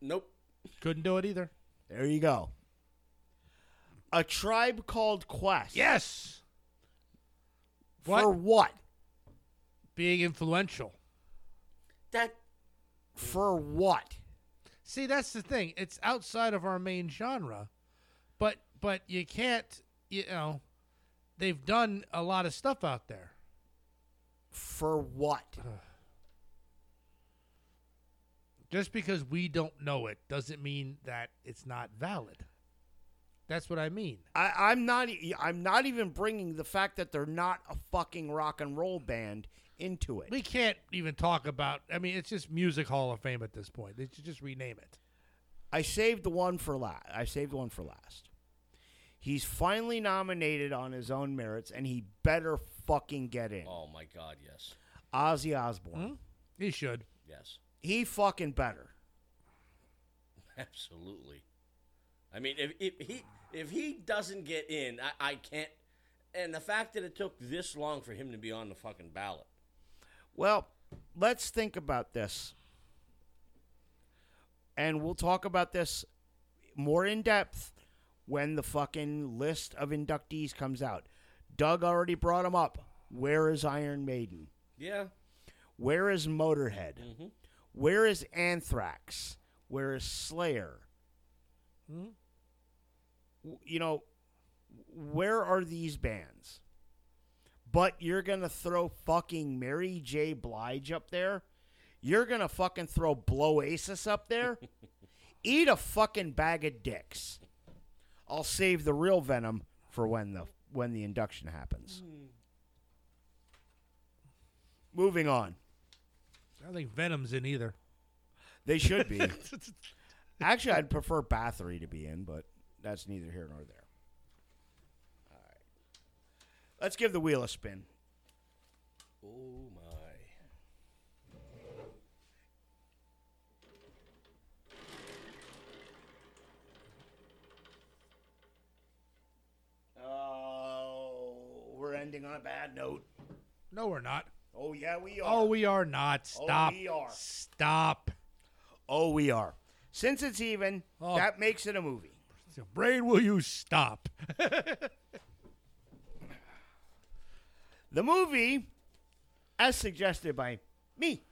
Nope.
Couldn't do it either.
There you go. A tribe called Quest.
Yes,
For what?
being influential.
That
For what?
See, that's the thing. It's outside of our main genre, but but you can't. You know, they've done a lot of stuff out there.
For what?
Just because we don't know it doesn't mean that it's not valid. That's what I mean.
I, I'm not. e- I'm not even bringing the fact that they're not a fucking rock and roll band into it.
We can't even talk about. I mean, it's just Music Hall of Fame at this point. They should just rename it.
I saved the one for last. I saved one for last. He's finally nominated on his own merits, and he better fucking get in.
Oh my God, yes,
Ozzy Osbourne.
Hmm? He should.
yes,
He fucking better.
absolutely. I mean, if, if he if he doesn't get in, I, I can't. And the fact that it took this long for him to be on the fucking ballot.
Well, let's think about this. And we'll talk about this more in depth when the fucking list of inductees comes out. Doug already brought him up. Where is Iron Maiden?
Yeah,
Where is Motorhead? Where is Anthrax? Where is Slayer? W- You know, where are these bands? But you're going to throw fucking Mary J. Blige up there? You're going to fucking throw Blowasis up there? Eat a fucking bag of dicks. I'll save the real venom for when the when the induction happens. Moving on.
I don't think Venom's in either.
They should be. Actually, I'd prefer Bathory to be in, but that's neither here nor there. All right. Let's give the wheel a spin.
Oh my.
Oh, we're ending on a bad note.
No, we're not.
Oh, yeah, we are.
Oh, we are not.
Oh,
Stop.
we are.
Stop.
Oh, we are. Since it's even,
Oh.
that makes it a movie.
Your brain, will you stop?
The movie, as suggested by me,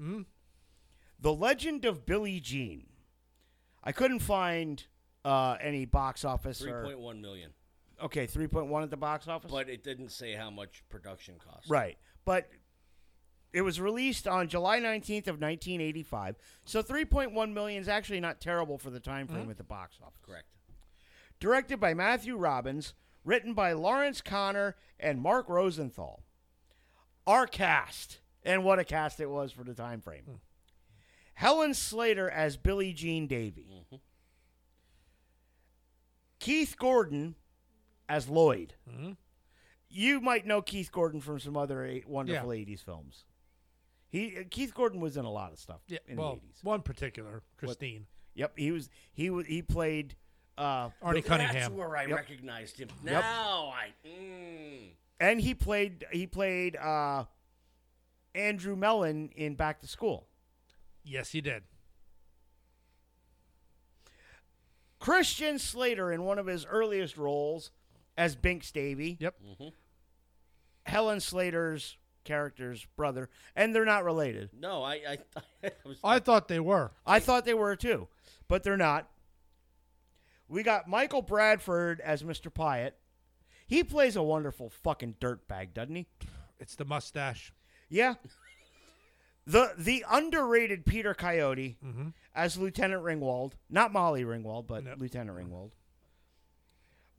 Mm-hmm.
The Legend of Billie Jean. I couldn't find uh, any box office
Three
or.
point one million,
Okay, three point one at the box office.
but it didn't say how much production cost.
right, but it was released on July nineteenth of nineteen eighty five. So three point one million is actually not terrible for the time frame at the box office.
Correct.
Directed by Matthew Robbins, written by Lawrence Connor and Mark Rosenthal. Our cast, and what a cast it was for the time frame.
Hmm.
Helen Slater as Billie Jean Davy.
Mm-hmm.
Keith Gordon as Lloyd.
Mm-hmm.
You might know Keith Gordon from some other eight wonderful '80s films. He Keith Gordon was in a lot of stuff
yeah,
in
well,
the '80s.
one particular, Christine.
Yep, he was he was he played. Uh,
Arnie
That's
Cunningham.
where I recognized him. Now I. Mm,
and he played he played uh, Andrew Mellon in Back to School.
yes, he did.
Christian Slater in one of his earliest roles as Binks Davy.
Yep.
Helen Slater's character's brother, and they're not related.
no, I. I, I was.
I thought they were.
I thought they were too, but they're not. We got Michael Bradford as Mr. Pyatt. He plays a wonderful fucking dirtbag, doesn't he?
It's the mustache.
Yeah. The the underrated Peter Coyote as Lieutenant Ringwald, not Molly Ringwald, but
Mm-hmm. Nope.
Lieutenant Ringwald.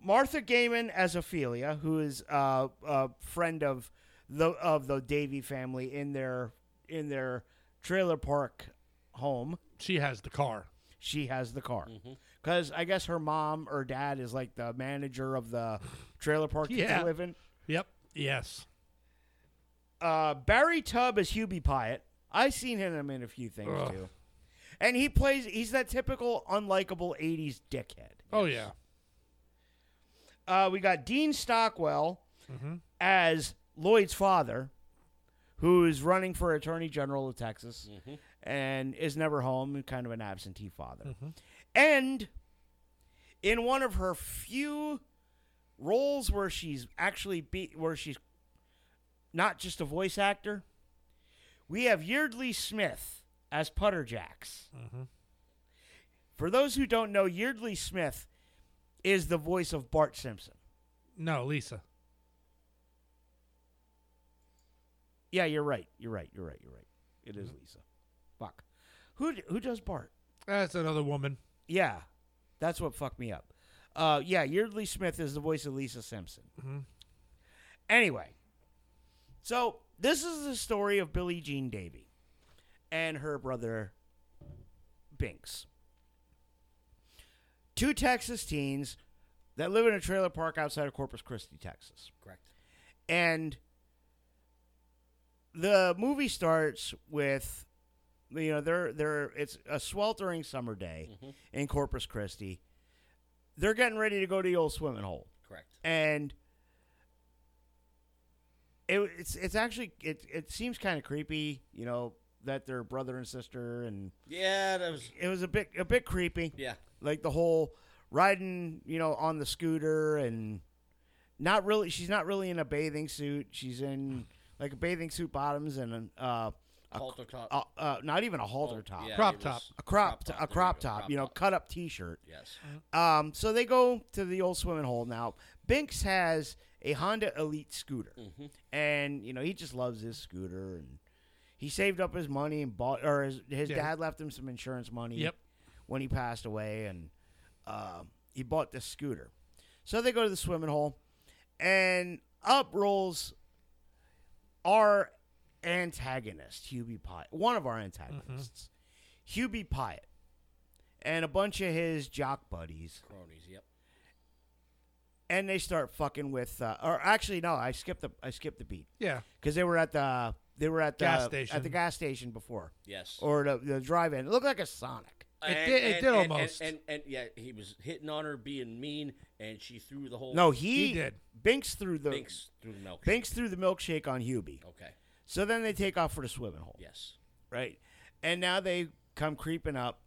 Martha Gaiman as Ophelia, who is uh, a friend of the of the Davy family in their in their trailer park home.
She has the car.
She has the car because I guess her mom or dad is like the manager of the trailer park that
Yeah.
they live in.
Yep. Yes.
uh, Barry Tubb is Hubie Pyatt. I've seen him in a few things
Ugh.
too. And he plays, he's that typical unlikable 80s dickhead.
Oh yeah.
Uh, we got Dean Stockwell
Mm-hmm.
as Lloyd's father, who is running for Attorney General of Texas and is never home and kind of an absentee father. And in one of her few roles where she's actually be where she's not just a voice actor, we have Yeardley Smith as Putter Jacks.
Mm-hmm.
For those who don't know, Yeardley Smith is the voice of Bart Simpson.
No, Lisa.
Yeah, you're right. You're right. You're right. You're right. It is Lisa. Fuck. Who d- who does Bart?
That's another woman.
Yeah, that's what fucked me up. Uh, yeah, Yeardley Smith is the voice of Lisa Simpson. Anyway, so this is the story of Billie Jean Davy and her brother Binks. Two Texas teens that live in a trailer park outside of Corpus Christi, Texas.
Correct.
And the movie starts with you know they're they're it's a sweltering summer day in Corpus Christi. They're getting ready to go to the old swimming hole
Correct.
and it, it's it's actually it it seems kind of creepy, you know, that they're brother and sister, and
Yeah, that was.
it was a bit a bit creepy,
Yeah.
like the whole riding, you know, on the scooter, and not really. She's not really in a bathing suit. She's in like a bathing suit bottoms and an, uh, a,
Halter top.
uh, uh, not even a halter top,
Yeah,
Crop
it
top.
was-
a crop,
top,
a
there you
crop
go,
top, you know, cut up T-shirt.
Yes.
Um, so they go to the old swimming hole now. Binks has a Honda Elite scooter,
Mm-hmm.
and you know he just loves his scooter, and he saved up his money and bought, or his, his
Yeah.
dad left him some insurance money.
Yep.
When he passed away, and uh, he bought this scooter. So they go to the swimming hole, and up rolls our antagonist, Hubie Pyatt, one of our
Mm-hmm.
antagonists, Hubie Pyatt, and a bunch of his jock buddies,
Cronies. Yep.
and they start fucking with. Uh, or actually, no, I skipped the I skipped the beat
Yeah.
because they were at the they were at the
Gas
at the
station.
gas station before
Yes.
or the, the drive-in. It looked like a Sonic.
It did- it did almost.
And, and, yeah, he was hitting on her, being mean, and she threw the whole
No, he,
He did.
Binks threw the Binks.
Binks through the milk.
threw the milkshake on Hubie.
Okay.
So then they take off for the swimming hole.
Yes.
right? And now they come creeping up,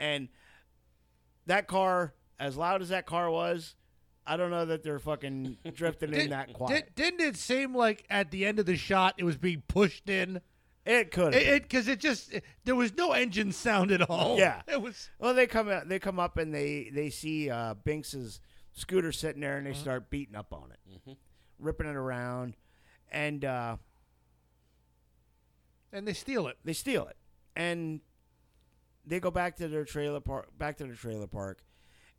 and that car, as loud as that car was, I don't know that they're fucking drifting in that quiet.
Did, didn't it seem like at the end of the shot it was being pushed in?
it could. have.
It because it, just it- there was no engine sound at all.
Yeah.
it was.
well, they come out, they come up, and they they see uh, Binks's scooter sitting there, and they start beating up on it, ripping it around, and uh,
And they steal it.
they steal it, and they go back to their trailer park, back to their trailer park,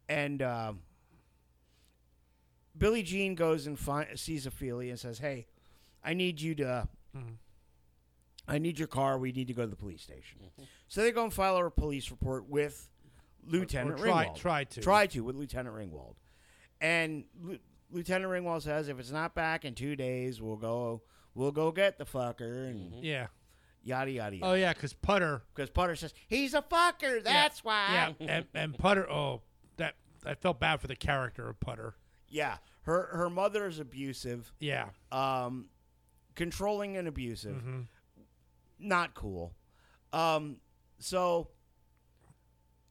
and um Billie Jean goes and find, sees Ophelia and says, "Hey, I need you to,
Mm-hmm.
I need your car. We need to go to the police station." So they go and file a police report with Lieutenant
try-
Ringwald.
try to.
try to with Lieutenant Ringwald, and Lu- Lieutenant Ringwald says, "If it's not back in two days, we'll go, we'll go get the fucker." And
Yeah.
yada yada yada
Oh yeah, because Putter.
because Potter says he's a fucker. That's why.
Yeah, and, and Putter. Oh, that I felt bad for the character of Putter.
Yeah. Her her mother is abusive,
Yeah. Mm-hmm.
um, controlling and abusive. Not cool. Um, so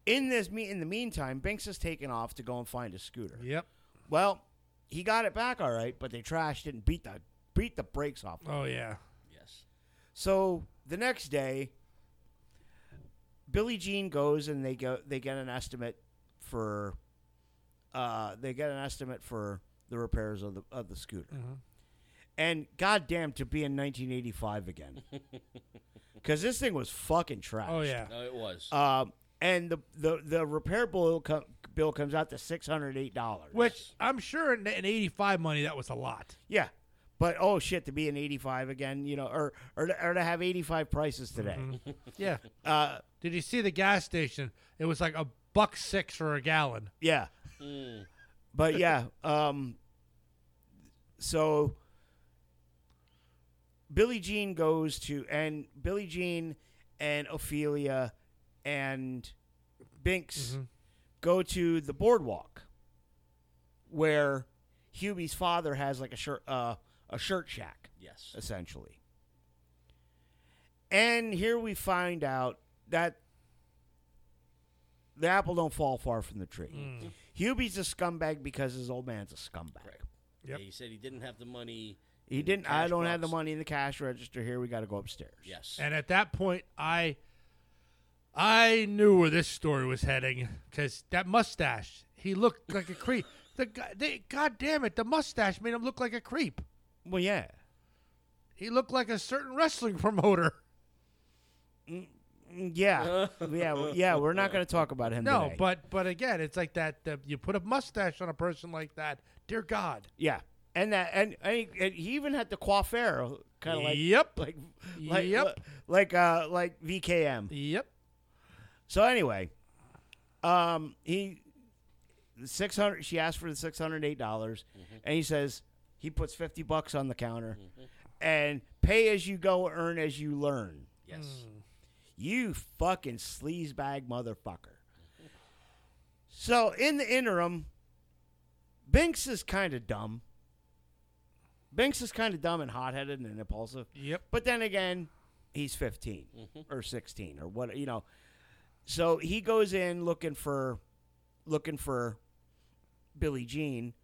in this me in the meantime, Binks has taken off to go and find his scooter.
Yep.
Well, he got it back all right, but they trashed it and beat the beat the brakes off.
Oh yeah.
Yes.
So the next day, Billie Jean goes and they go they get an estimate for uh, they get an estimate for the repairs of the of the scooter.
Mm-hmm.
And goddamn to be in 1985 again. Cuz this thing was fucking trash.
Oh yeah.
No, it was.
Um, and the the the repair bill com- bill comes out to $608.
Which I'm sure in, in '85 money that was a lot.
Yeah, but oh shit, to be in 85 again, you know, or or to, or to have 85 prices today.
Mm-hmm. Yeah.
Uh,
Did you see the gas station? It was like a buck six for a gallon.
Yeah.
Mm,
But yeah, um so Billie Jean goes to and Billie Jean and Ophelia and Binks
Mm-hmm.
go to the boardwalk where Hubie's father has like a shirt uh, a shirt shack
yes.
essentially. And here we find out that the apple don't fall far from the tree.
Mm.
Hubie's a scumbag because his old man's a scumbag.
Correct.
Yep.
He said he didn't have the money.
He
in the
didn't. I
cash
don't have the
box.
money in the cash register here. We got to go upstairs.
Yes.
And at that point, I I knew where this story was heading because that mustache. He looked like a creep. The guy- they, God damn it, the mustache made him look like a creep.
Well, yeah.
He looked like a certain wrestling promoter.
Mm, Yeah, yeah, well, yeah. We're not going to talk about him.
No,
today.
but but again, it's like that. The, you put a mustache on a person like that, dear God.
yeah, and that, and, and, he, and he even had the coiffure, kind of like,
yep,
like, like,
Yep.
like, uh, like VKM.
yep.
So anyway, um, he six hundred. She asked for the six hundred eight dollars, and he says he puts fifty bucks on the counter, and pay as you go, earn as you learn.
Yes.
Mm. You fucking sleazebag motherfucker. So in the interim, Binks is kind of dumb. Binks is kind of dumb and hot-headed and impulsive.
Yep.
But then again, he's 15 or 16 or what, you know. So he goes in looking for looking for Billie Jean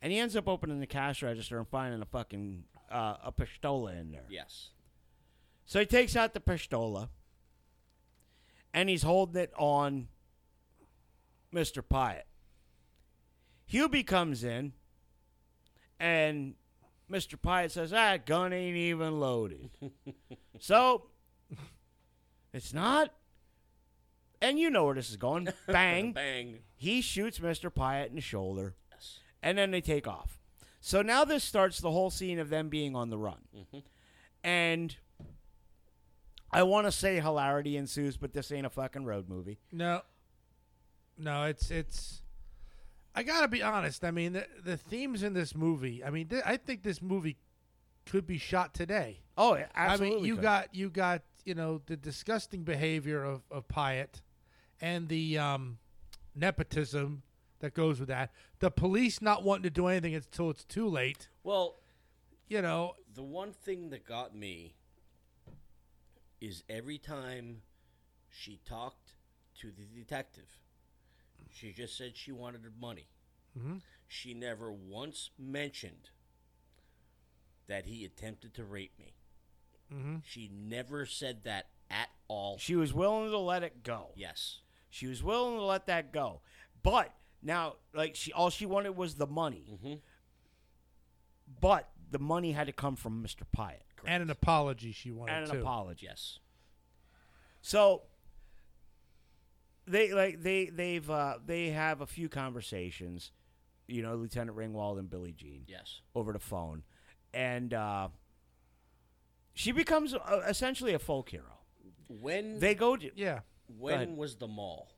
and he ends up opening the cash register and finding a fucking uh, a pistola in there.
Yes.
So he takes out the pistola and he's holding it on Mr. Pyatt. Hubie comes in and Mr. Pyatt says, That gun ain't even loaded. so it's not. And you know where this is going. Bang.
Bang.
He shoots Mr. Pyatt in the shoulder
Yes.
and then they take off. So now this starts the whole scene of them being on the run.
Mm-hmm.
And I want to say hilarity ensues, but this ain't a fucking road movie.
No. No, it's it's. I gotta be honest. I mean, the the themes in this movie. I mean, th- I think this movie could be shot today.
Oh, it absolutely.
I mean, you
could.
got you got you know the disgusting behavior of of Pyatt, and the um, nepotism that goes with that. The police not wanting to do anything until it's too late.
Well,
You know,
the one thing that got me is every time she talked to the detective, she just said she wanted her money.
Mm-hmm.
She never once mentioned that he attempted to rape me.
Mm-hmm.
She never said that at all.
She was willing to let it go.
yes.
She was willing to let that go. But now, like she, all she wanted was the money.
Mm.
Mm-hmm.
But the money had to come from Mr. Pyatt
and an apology she wanted
and an
too.
apology.
Yes.
So they like they they've uh, they have a few conversations, you know, Lieutenant Ringwald and Billie Jean
Yes.
over the phone, and uh, she becomes uh essentially a folk hero.
When
They go to
Yeah,
when
ahead.
was the mall?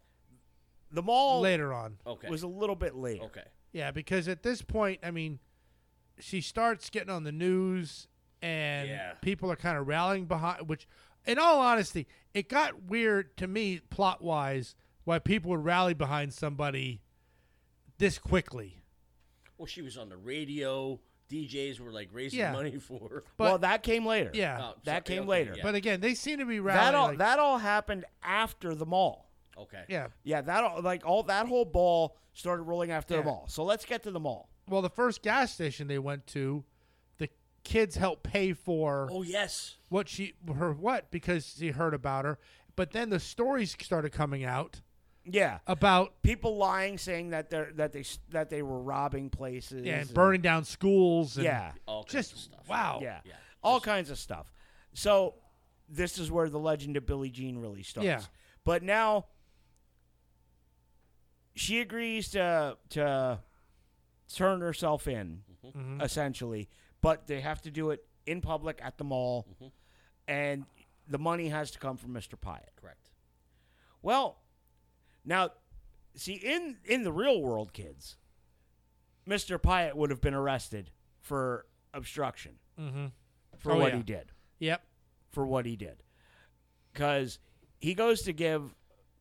the mall
later on.
Okay. Oh.
was a little bit later.
okay.
Yeah, because at this point, I mean, she starts getting on the news, and
Yeah.
people are kind of rallying behind. Which, in all honesty, it got weird to me plot wise why people would rally behind somebody this quickly.
Well, she was on the radio. DJs were like raising
Yeah.
money for her.
But
well, that came later.
yeah,
Oh,
That
sorry,
came
okay,
later.
yeah.
but again, they seem to be rallying.
that all
like-
that all happened after the mall.
Okay.
yeah.
Yeah, that all, like all that whole ball started rolling after
Yeah.
the mall. So let's get to the mall.
Well, the first gas station they went to, the kids helped pay for.
Oh yes.
what she her what because she heard about her but then the stories started coming out
Yeah.
about
people lying saying that they're that they s- that they were robbing places
yeah, and burning Oh, down schools and
yeah
All kinds
just
of stuff.
wow
yeah,
Yeah.
all kinds of stuff so this is where the legend of billie jean really starts
Yeah.
but now she agrees to to turn herself in
Mm-hmm.
essentially but they have to do it in public at the mall and the money has to come from mr pyatt
Correct.
Well, now, see, in in the real world, kids, Mr. Pyatt would have been arrested for obstruction for
Oh,
what
yeah.
he did.
yep
For what he did, because he goes to give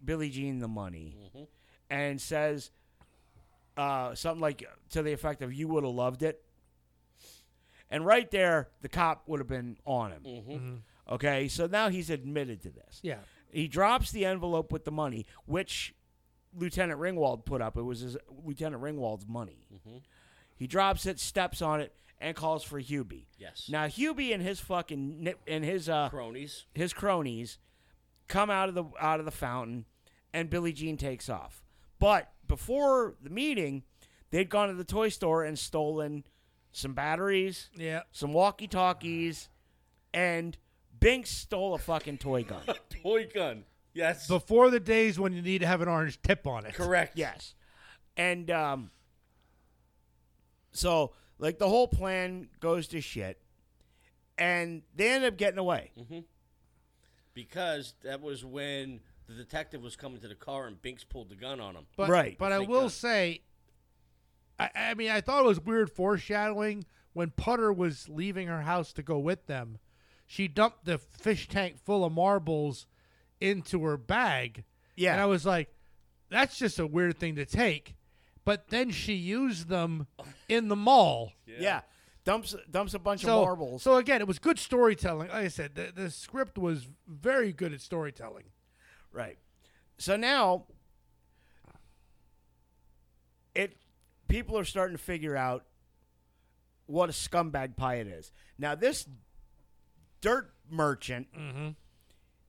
Billie Jean the money
Mm-hmm.
and says uh, something like to the effect of "You would have loved it," and right there, the cop would have been on him.
Mm-hmm.
Okay, so now he's admitted to this.
yeah
He drops the envelope with the money, which Lieutenant Ringwald put up. It was his, Lieutenant Ringwald's money. He drops it, steps on it, and calls for Hubie.
Yes.
Now Hubie and his fucking nip- and his uh
Cronies.
his cronies come out of the out of the fountain, and Billie Jean takes off. But before the meeting, they'd gone to the toy store and stolen some batteries,
yeah
some walkie talkies, and Binks stole a fucking toy gun.
Toy gun. Yes.
Before the days when you need to have an orange tip on it.
Correct.
yes. And um, so, like, the whole plan goes to shit. And they end up getting away.
Mm-hmm.
Because that was when the detective was coming to the car and Binks pulled the gun on him.
But,
Right.
But I
Thank
will
God.
say, I, I mean, I thought it was weird foreshadowing when Putter was leaving her house to go with them. She dumped the fish tank full of marbles into her bag.
Yeah.
And I was like, that's just a weird thing to take. But then she used them in the mall.
Yeah. Dumps dumps a bunch
So,
of marbles.
so again, it was good storytelling. Like I said, the, the script was very good at storytelling.
Right. So now it people are starting to figure out what a scumbag pie it is. Now this dirt merchant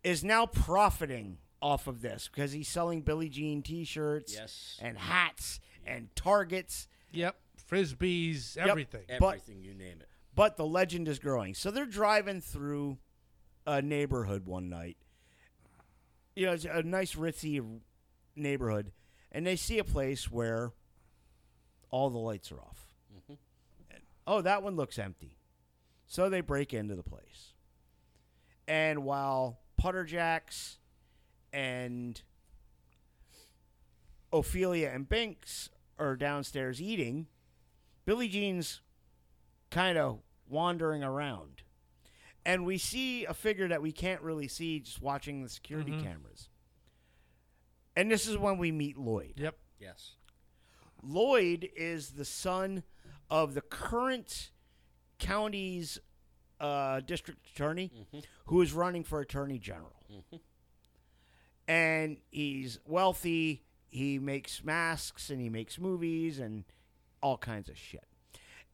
is now profiting off of this because he's selling Billie Jean t-shirts
Yes.
and hats and targets,
Yep. Frisbees, everything.
Everything you name it.
but the legend is growing. So they're driving through a neighborhood one night. You know, it's a nice ritzy neighborhood, and they see a place where all the lights are off. And, oh, that one looks empty. So they break into the place. And while Putter Jacks and Ophelia and Binks are downstairs eating, Billie Jean's kind of wandering around. And we see a figure that we can't really see just watching the security cameras. And this is when we meet Lloyd.
Yep.
Yes.
Lloyd is the son of the current county's uh, district attorney who is running for attorney general. And he's wealthy. He makes masks and he makes movies and all kinds of shit.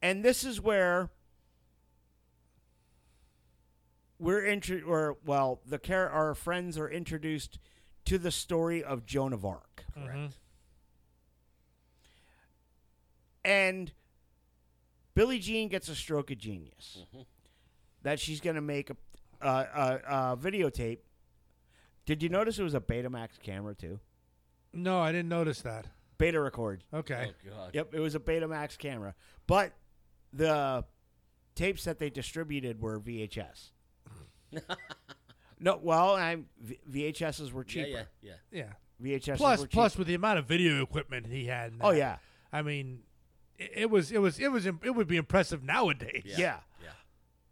And this is where we're intro or well, the care our friends are introduced to the story of Joan of Arc.
Correct.
and Billie Jean gets a stroke of
Hmm.
genius
Mm-hmm.
that she's going to make a, a, a, a videotape. Did you notice it was a Betamax camera too?
No, I didn't notice that.
Beta record.
Okay.
Oh God.
Yep, it was a Betamax camera, but the tapes that they distributed were VHS. no, well, i V- VHSs were
Yeah,
cheaper.
yeah, yeah.
Yeah.
VHSs
Plus,
were
plus
cheaper.
with the amount of video equipment he had. and
Oh
that,
yeah,
I mean, it, it was it was it was im- it would be impressive nowadays.
yeah.
Yeah.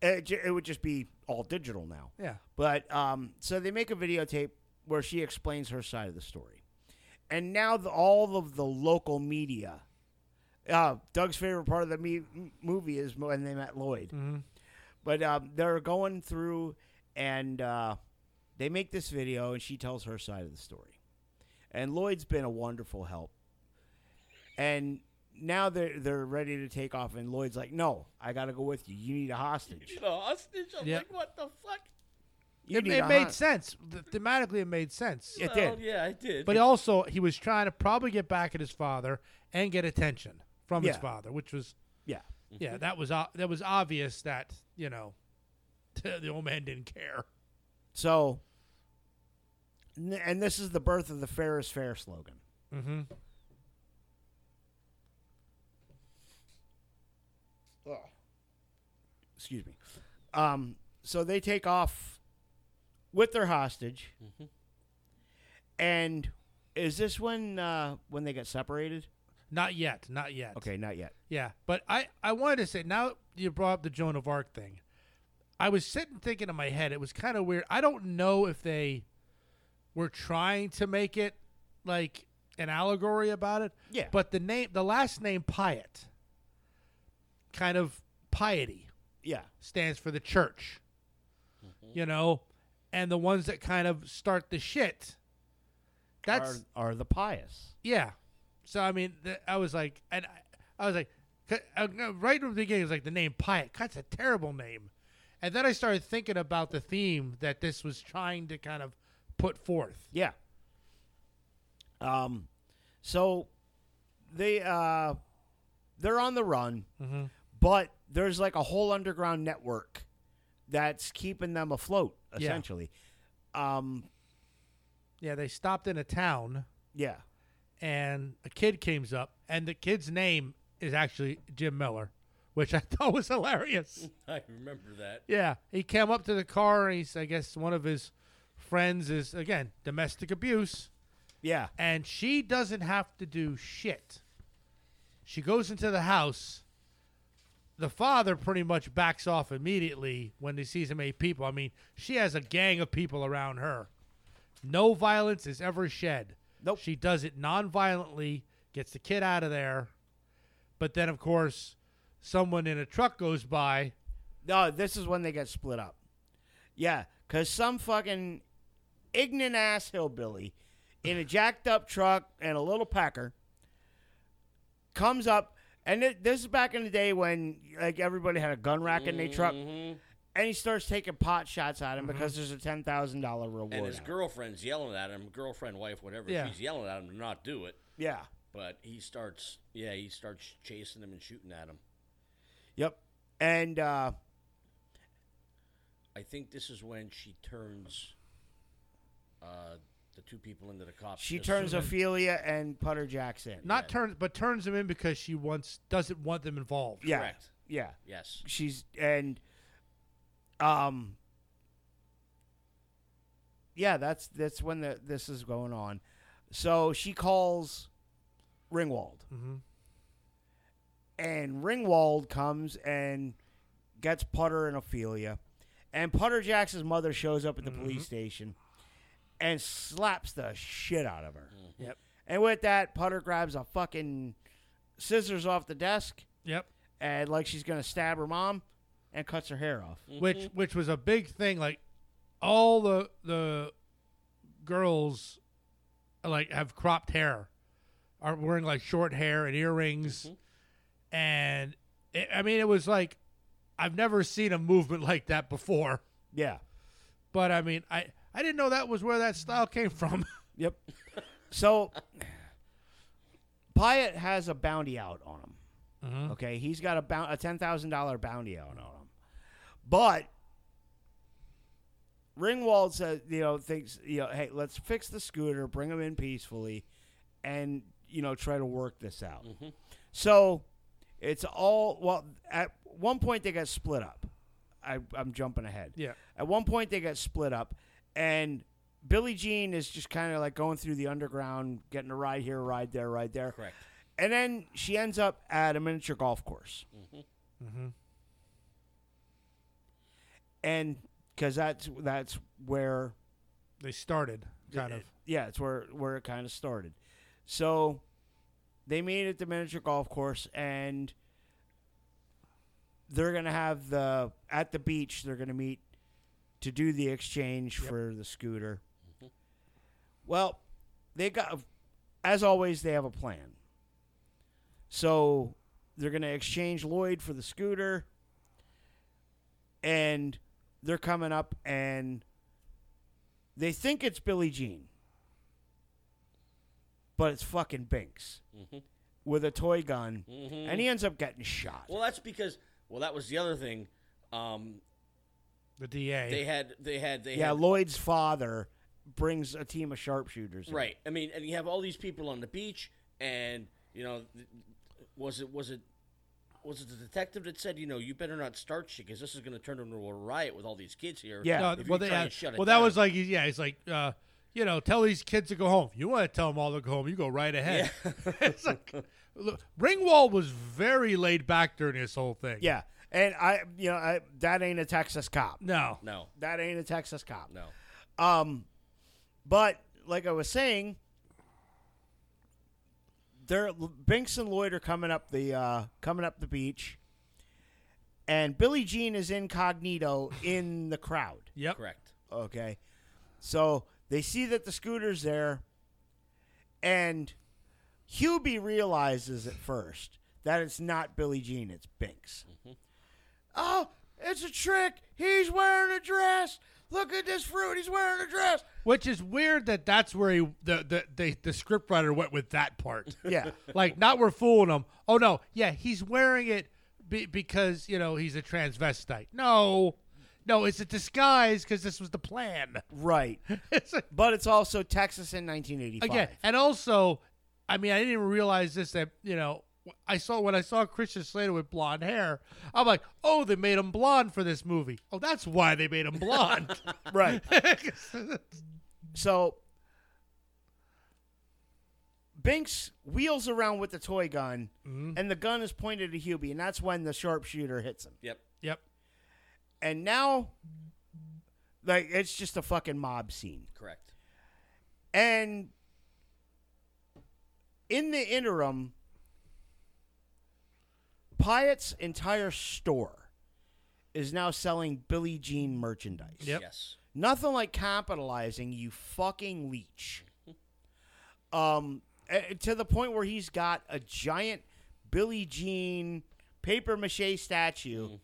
Yeah.
It, ju- it would just be all digital now.
Yeah.
But um, so they make a videotape where she explains her side of the story, and now the, all of the local media. Uh, Doug's favorite part of the me- m- movie is when they met Lloyd,
Mm-hmm.
but um, they're going through and uh, they make this video, and she tells her side of the story, and Lloyd's been a wonderful help, and. Now they're they're ready to take off, and Lloyd's like, "No, I gotta go with you. You need a hostage.
You know, hostage. I'm
Yeah.
like, what the fuck?
You
it
need
it
a
made
hos-
sense. Th- Thematically, it made sense.
It
Well,
did.
yeah, I did.
But also, he was trying to probably get back at his father and get attention from his
Yeah.
father, which was
Yeah,
yeah, that was o- that was obvious that you know the old man didn't care.
So, n- and this is the birth of the fair is fair slogan.
Mm-hmm.
Excuse me. Um, so they take off with their hostage, and is this when uh, when they get separated?
Not yet. Not yet.
Okay, not yet.
Yeah, but I I wanted to say now you brought up the Joan of Arc thing. I was sitting thinking in my head it was kind of weird. I don't know if they were trying to make it like an allegory about it.
Yeah.
But the name the last name Piet kind of piety
Yeah,
stands for the church. You know, and the ones that kind of start the shit. That's
are, are the pious.
yeah. So I mean, th- I was like, and I, I was like, 'cause, uh, no, right from the beginning, it was like the name Pyatt. That's a terrible name. And then I started thinking about the theme that this was trying to kind of put forth.
Yeah. Um, so they uh, they're on the run, but there's like a whole underground network that's keeping them afloat,
Yeah.
essentially. Um,
Yeah, they stopped in a town
yeah.
and a kid comes up, and the kid's name is actually Jim Miller, which I thought was hilarious.
I remember that.
Yeah, he came up to the car, and he's I guess one of his friends is again domestic abuse,
Yeah.
and she doesn't have to do shit. She goes into the house. The father pretty much backs off immediately when he sees how many people. I mean, she has a gang of people around her. No violence is ever shed.
Nope.
She does it non-violently, gets the kid out of there. But then, of course, someone in a truck goes by.
No, this is when they get split up. Yeah, because some fucking ignorant ass hillbilly in a jacked up truck and a little packer comes up, and it, this is back in the day when like everybody had a gun rack in their truck,
Mhm.
and he starts taking pot shots at him because there's a ten thousand dollar reward.
Mm-hmm. And his
out.
girlfriend's yelling at him, girlfriend, wife, whatever.
Yeah.
She's yelling at him to not do it.
yeah,
But he starts, yeah, he starts chasing him and shooting at him.
yep, and uh,
I think this is when she turns uh, the two people into the cops.
she
As
turns
soon-
Ophelia and Putter Jacks in.
not
Yeah.
turns but turns them in because she wants doesn't want them involved.
yeah,
Correct.
yeah.
Yes.
she's and um yeah that's that's when the this is going on so she calls ringwald
Mhm.
and ringwald comes and gets putter and ophelia and putter jackson's mother shows up at the police station and slaps the shit out of her
Yep.
and with that putter grabs a fucking scissors off the desk
Yep.
and like she's gonna stab her mom and cuts her hair off.
Mm-hmm.
Which which was a big thing. Like all the the girls like have cropped hair, are wearing like short hair and earrings, and it, I mean it was like I've never seen a movement like that before.
Yeah.
But I mean I I didn't know that was where that style came from.
Yep. So Pyatt has a bounty out on him.
Hmm.
Okay, he's got a bou- a ten thousand dollar bounty out on him, but Ringwald says, you know, thinks, you know, hey, let's fix the scooter, bring him in peacefully, and you know, try to work this out. So it's all well. At one point, they got split up. I, I'm jumping ahead.
Yeah.
At one point, they got split up, and Billie Jean is just kind of like going through the underground, getting a ride here, a ride there, a ride there.
Correct.
And then she ends up at a miniature golf course.
Mhm.
And because that's that's where
they started kind of.
yeah, it's where where it kind of started. So they meet at the miniature golf course, and they're gonna have the at the beach. They're gonna meet to do the exchange for the scooter. Well, they got as always. They have a plan. So they're gonna exchange Lloyd for the scooter, and they're coming up and they think it's Billie Jean, but it's fucking Binks
Mm-hmm.
with a toy gun, and he ends up getting shot.
Mm. Well, that's because. Well, that was the other thing. Um,
The DA.
they had. They had. They
yeah,
had.
Lloyd's father brings a team of sharpshooters. in.
Right. I mean, and you have all these people on the beach, and you know, th- was it was it was it the detective that said, you know, you better not start shit because this is going to turn into a riot with all these kids here.
Yeah.
No,
if you
Uh, well, they
try
had,
and shut it
well that
down."
was like, yeah, he's like, uh, you know, tell these kids to go home. You want to tell them all to go home, you go right ahead. it's like, look, Ringwald was very laid back during this whole thing.
Yeah, and I, you know, I, that ain't a Texas cop.
No.
no,
That ain't a Texas cop.
no.
Um, but like I was saying, they're Binks and Lloyd are coming up the uh, coming up the beach, and Billie Jean is incognito in the crowd.
Yep.
Correct.
Okay, so they see that the scooter's there, and Hubie realizes at first that it's not Billie Jean, it's Binks.
Mm-hmm.
Oh, it's a trick! He's wearing a dress. Look at this fruit. He's wearing a dress.
Which is weird that that's where he, the, the, the, the scriptwriter went with that part.
Yeah.
like, not we're fooling him. Oh, no. Yeah, he's wearing it be, because, you know, he's a transvestite. No. No, it's a disguise because this was the plan.
Right.
It's like-
But it's also Texas in 1985.
again, and also, I mean, I didn't even realize this that you know. I saw when I saw Christian Slater with blonde hair. I'm like, oh, they made him blonde for this movie. Oh, that's why they made him blonde.
Right. So Binks wheels around with the toy gun, and the gun is pointed at Hubie, and that's when the sharpshooter hits him.
Yep.
yep.
And now, like, it's just a fucking mob scene.
Correct.
And in the interim, Pyatt's entire store is now selling Billie Jean merchandise.
Yep.
Yes.
Nothing like capitalizing, you fucking leech. Um, eh, to the point where he's got a giant Billie Jean paper mache statue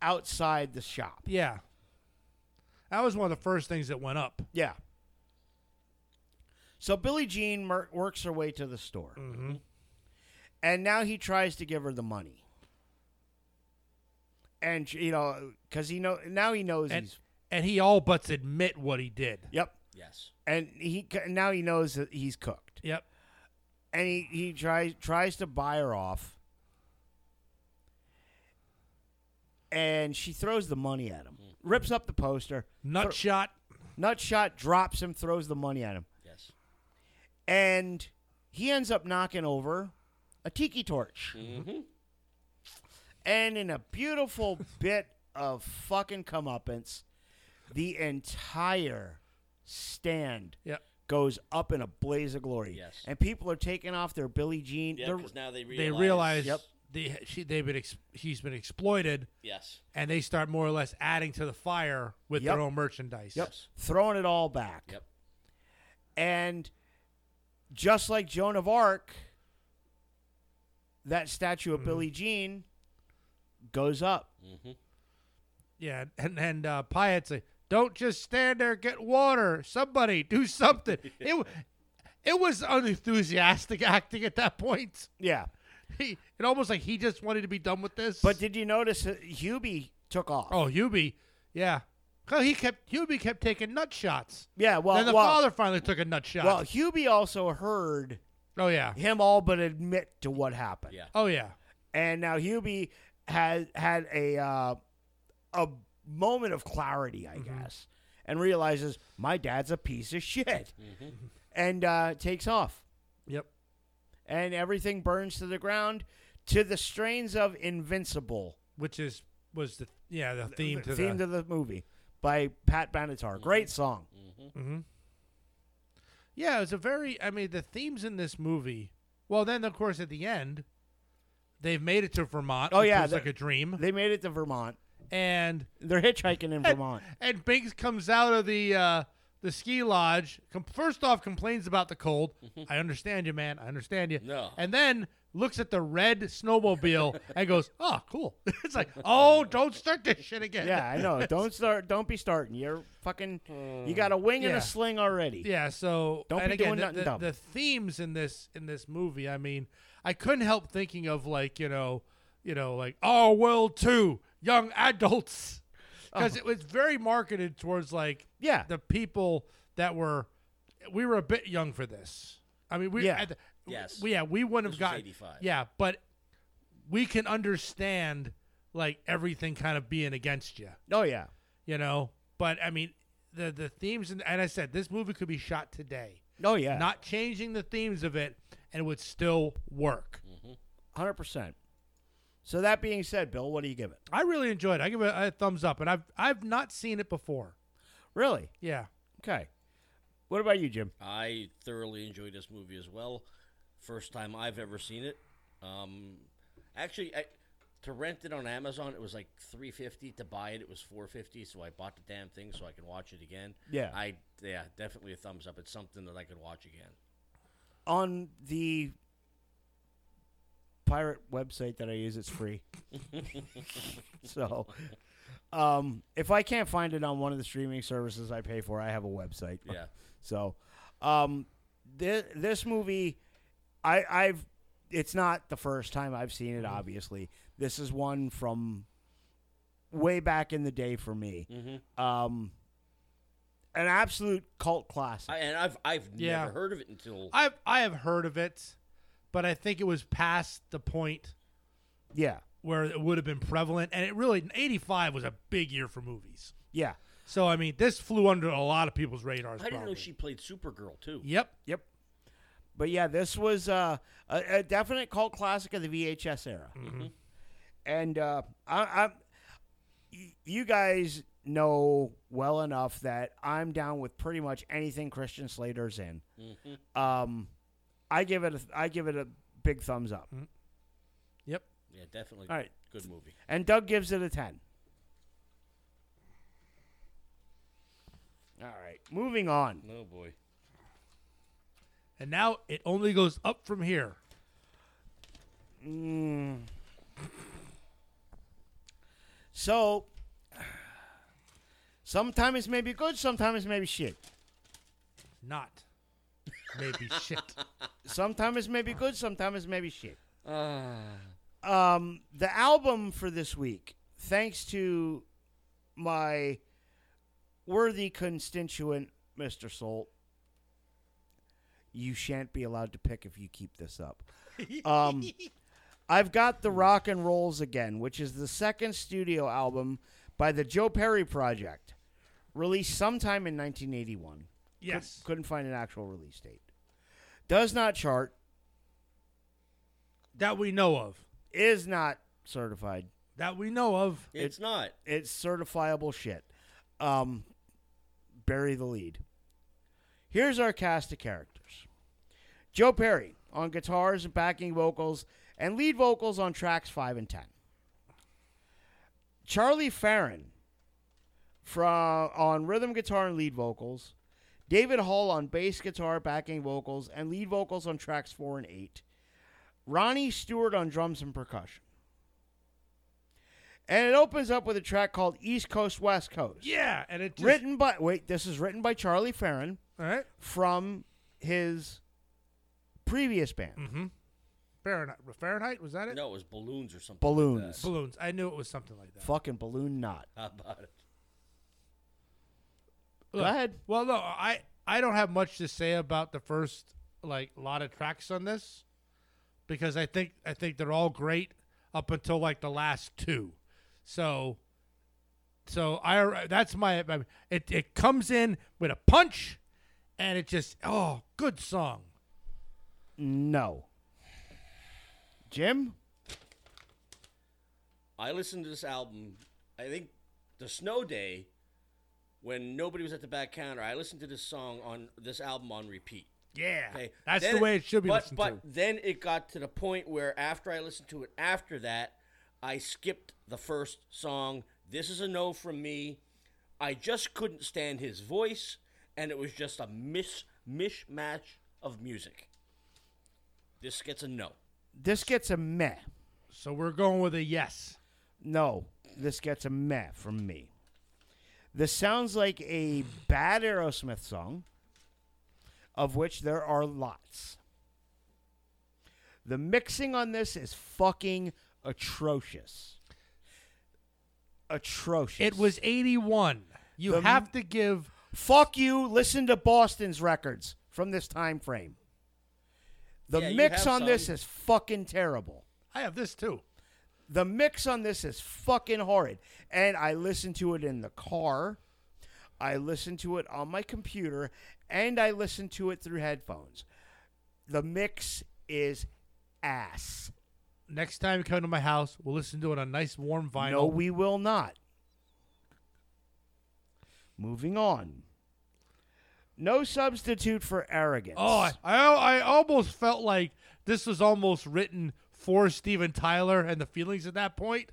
outside the shop.
Yeah. That was one of the first things that went up.
Yeah. So Billie Jean mer- works her way to the store, and now he tries to give her the money. And you know, because he know now he knows
And,
he's
and he all buts admit what he did.
yep,
Yes.
and he now he knows that he's cooked.
Yep.
and he, he tries tries to buy her off and she throws the money at him
Hmm.
rips up the poster
Nut shot.
nutshot drops him throws the money at him
Yes.
and he ends up knocking over a tiki torch
Mm-hmm.
and in a beautiful bit of fucking comeuppance the entire stand
Yep.
goes up in a blaze of glory
Yes.
and people are taking off their billie jean
Yeah.
they're-
Because now they
They
realize.
realize
Yep.
they, she, they've been ex, he's been exploited,
Yes.
and they start more or less adding to the fire with
Yep.
their own merchandise.
Yep.
Yes.
Throwing it all back.
Yep.
And just like Joan of Arc, that statue
Mm-hmm.
of Billie Jean goes up.
Yeah, and and uh, Pyatt's like, "Don't just stand there, get water. Somebody do something." it wa- it was unenthusiastic acting at that point.
Yeah.
He it almost like he just wanted to be done with this.
But did you notice that Hubie took off?
oh, Hubie, yeah, 'Cause he kept Hubie kept taking nut shots.
yeah. Well,
then the
well,
father finally took a nut shot.
well, Hubie also heard
oh yeah,
him all but admit to what happened.
Yeah.
oh yeah,
And now Hubie had had a uh, a moment of clarity, I
Mm-hmm.
guess, and realizes my dad's a piece of shit,
Mm-hmm.
and uh, takes off.
yep,
and everything burns to the ground to the strains of Invincible,
which is was the yeah the theme to
the theme to
the,
the movie by Pat Benatar. Great song.
Mm-hmm. yeah it was a very I mean the themes in this movie. Well, then of course at the end, they've made it to Vermont.
Oh,
which
yeah,
was
the-
like a dream.
They made it to Vermont.
and
They're hitchhiking in Vermont.
and Binks comes out of the uh, the ski lodge. Com- first off, complains about the cold.
Mm-hmm.
I understand you, man. I understand you.
No.
And then looks at the red snowmobile and goes, "Oh, cool." it's like, "Oh, don't start this shit again."
yeah, I know. Don't start. Don't be starting. You're fucking. You got a wing and
Yeah.
a sling already.
Yeah. So
Don't
and
be
again,
doing
the-
nothing
the,
dumb.
the themes in this in this movie. I mean, I couldn't help thinking of like you know, you know, like our world too, young adults,
Oh.
because it was very marketed towards like
Yeah.
the people that were we were a bit young for this. I mean, we
Yeah.
at the,
Yes.
we, yeah, we wouldn't
This
have
was
gotten
85.
yeah, but we can understand like everything kind of being against you
Oh yeah.
you know. But I mean, the the themes and, and I said this movie could be shot today,
Oh yeah.
not changing the themes of it, and it would still work.
hundred percent. So that being said, Bill, what do you give it?
I really enjoyed. it. I give it a thumbs up, and I've I've not seen it before.
Really?
Yeah,
Okay. What about you, Jim?
I thoroughly enjoyed this movie as well. First time I've ever seen it. Um, actually, I, to rent it on Amazon, it was like three fifty. To buy it, it was four fifty. So I bought the damn thing so I can watch it again.
Yeah.
I yeah, definitely a thumbs up. It's something that I could watch again.
On the pirate website that I use, it's free. so, um, if I can't find it on one of the streaming services I pay for, I have a website.
Yeah.
So, um, this this movie, I I've
Mm-hmm.
it's not the first time I've seen it. Obviously, this is one from way back in the day for me.
Mm-hmm.
Um, an absolute cult classic.
I, and I've I've
Yeah.
never heard of it until
I've I have heard of it, but I think it was past the point
yeah,
where it would have been prevalent. And it really eighty five was a big year for movies.
yeah,
So I mean, this flew under a lot of people's radars.
I didn't know
probably.
she played Supergirl too.
Yep.
yep. But yeah, this was uh, a, a definite cult classic of the VHS era. And uh, I, I, y- you guys know well enough that I'm down with pretty much anything Christian Slater's in. Um, I give it a, I give it a big thumbs up.
Yep.
Yeah, definitely.
All right.
Good movie.
And Doug gives it a 10. All right. Moving on.
Oh boy.
And now it only goes up from here.
Mm. So, sometimes maybe good, sometimes maybe shit.
Not. Maybe shit.
Sometimes maybe good, sometimes maybe shit.
Ah.
Um, the album for this week, thanks to my worthy constituent, Mr. Solt, you shan't be allowed to pick if you keep this up. Um, I've got The Rock and Rolls Again, which is the second studio album by the Joe Perry Project, released sometime in 1981.
Yes.
Couldn't find an actual release date. Does not chart,
That we know of.
is not certified.
That we know of.
It's not.
It's certifiable shit. Um, bury the lead. Here's our cast of characters Joe Perry on guitars and backing vocals, and lead vocals on tracks 5 and 10. Charlie Farron from, on rhythm guitar and lead vocals. David Hall on bass guitar, backing vocals, and lead vocals on tracks 4 and 8. Ronnie Stewart on drums and percussion. And it opens up with a track called East Coast, West Coast.
Yeah. And it just.
Written by, wait, this is written by Charlie Farron
All right.
from his previous band,
Mm-hmm. Fahrenheit. Fahrenheit? Was that it?
No, it was balloons or something.
Balloons.
Balloons. I knew it was something like that.
Fucking Balloon Knot.
How about it?
Go
Look,
ahead.
Well, no, I I don't have much to say about the first like lot of tracks on this because I think I think they're all great up until like the last two. So so I that's my I mean, it it comes in with a punch and it just oh, good song.
No. Jim?
I listened to this album. I think the snow day when nobody was at the back counter. I listened to this song on this album on repeat.
Yeah.
Okay,
That's
Then
the way it should be
But
listened
but
to.
then it got to the point where after I listened to it, after that, I skipped the first song. This is a no from me. I just couldn't stand his voice, and it was just a mish mishmash of music. This gets a no.
This gets a meh.
So we're going with a yes.
No, this gets a meh from me. This sounds like a bad Aerosmith song, of which there are lots. The mixing on this is fucking atrocious. Atrocious.
It was 81. You
The-
have to give
Fuck you. Listen to Boston's records from this time frame. The
Yeah, you
mix
have
on this
some.
is fucking terrible.
I have this too.
The mix on this is fucking horrid. And I listened to it in the car. I listened to it on my computer and I listened to it through headphones. The mix is ass.
Next time you come to my house, we'll listen to it on nice warm vinyl.
No, we will not. Moving on. No substitute for arrogance.
Oh, I, I I almost felt like this was almost written for Steven Tyler and the feelings at that point.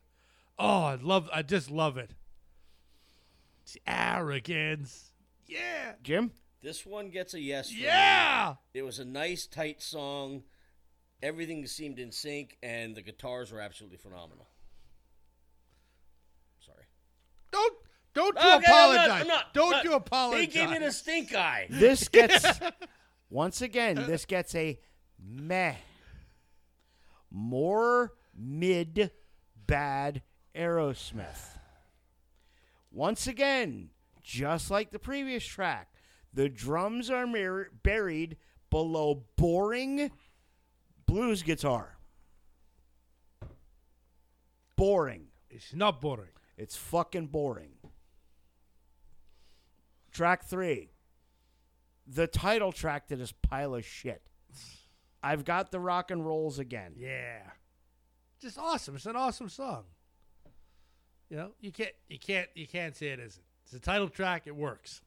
Oh, I love I just love it. It's arrogance. Yeah.
Jim?
This one gets a yes. From Me.
Yeah.
It was a nice, tight song. Everything seemed in sync, and the guitars were absolutely phenomenal. Sorry.
Don't don't you
Okay, I'm not-
apologize.
I'm not-
don't
not-
you
They
apologize.
gave me the stink eye.
This gets once again. This gets a meh. More mid bad Aerosmith. Once again, just like the previous track, the drums are mir- buried below boring blues guitar. Boring.
It's not boring.
It's fucking boring. Track three. The title track to this pile of shit. I've got the rock and rolls again.
Yeah. Just awesome. It's an awesome song. You know, you can't you can't you can't say it isn't. It's the title track, it works.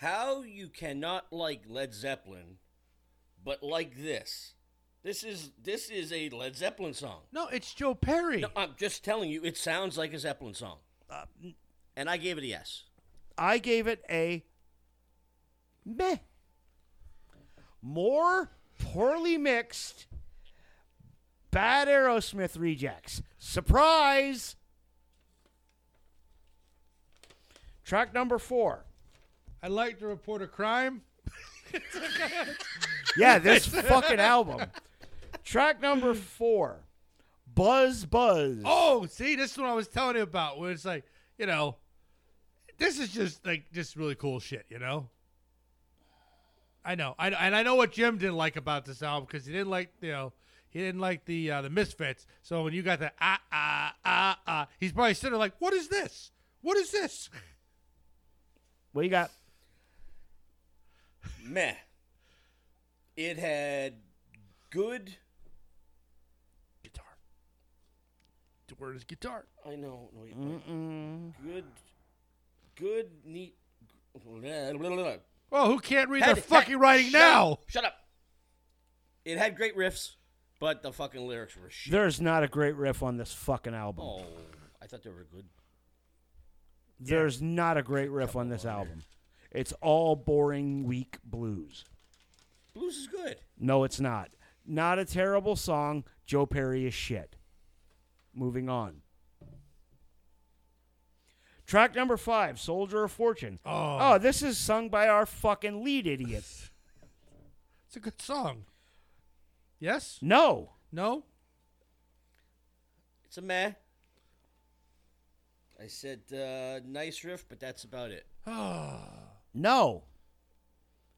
How you cannot like Led Zeppelin, but like this. This is this is a Led Zeppelin song.
No, it's Joe Perry.
No, I'm just telling you, it sounds like a Zeppelin song.
Uh,
and I gave it a yes.
I gave it a meh. More poorly mixed bad Aerosmith rejects. Surprise! Track number four.
I'd like to report a crime.
Yeah, this fucking album. Track number four. Buzz Buzz.
Oh, see, this is what I was telling you about. Where it's like, you know, this is just like just really cool shit. You know, I know, I and I know what Jim didn't like about this album because he didn't like you know he didn't like the uh, the Misfits. So when you got the ah ah ah ah, he's probably sitting there like, what is this? What is this?
What you got?
Meh. It had good.
Guitar. The word is guitar.
I know. No, wait, wait.
Mm.
Good. Good. Neat.
Oh, who can't read
Had-
their fucking
had-
writing
shut
now?
up, shut up. It had great riffs, but the fucking lyrics were shit.
There's not a great riff on this fucking album.
Oh, I thought they were good.
There's not a great riff on this album. It's all boring, weak blues.
Blues is good.
No, it's not. Not a terrible song. Joe Perry is shit. Moving on. Track number five, Soldier of Fortune.
Oh.
this is sung by our fucking lead idiot.
It's a good song. Yes?
No.
No?
It's a meh. I said uh, nice riff, but that's about it.
Ah.
No.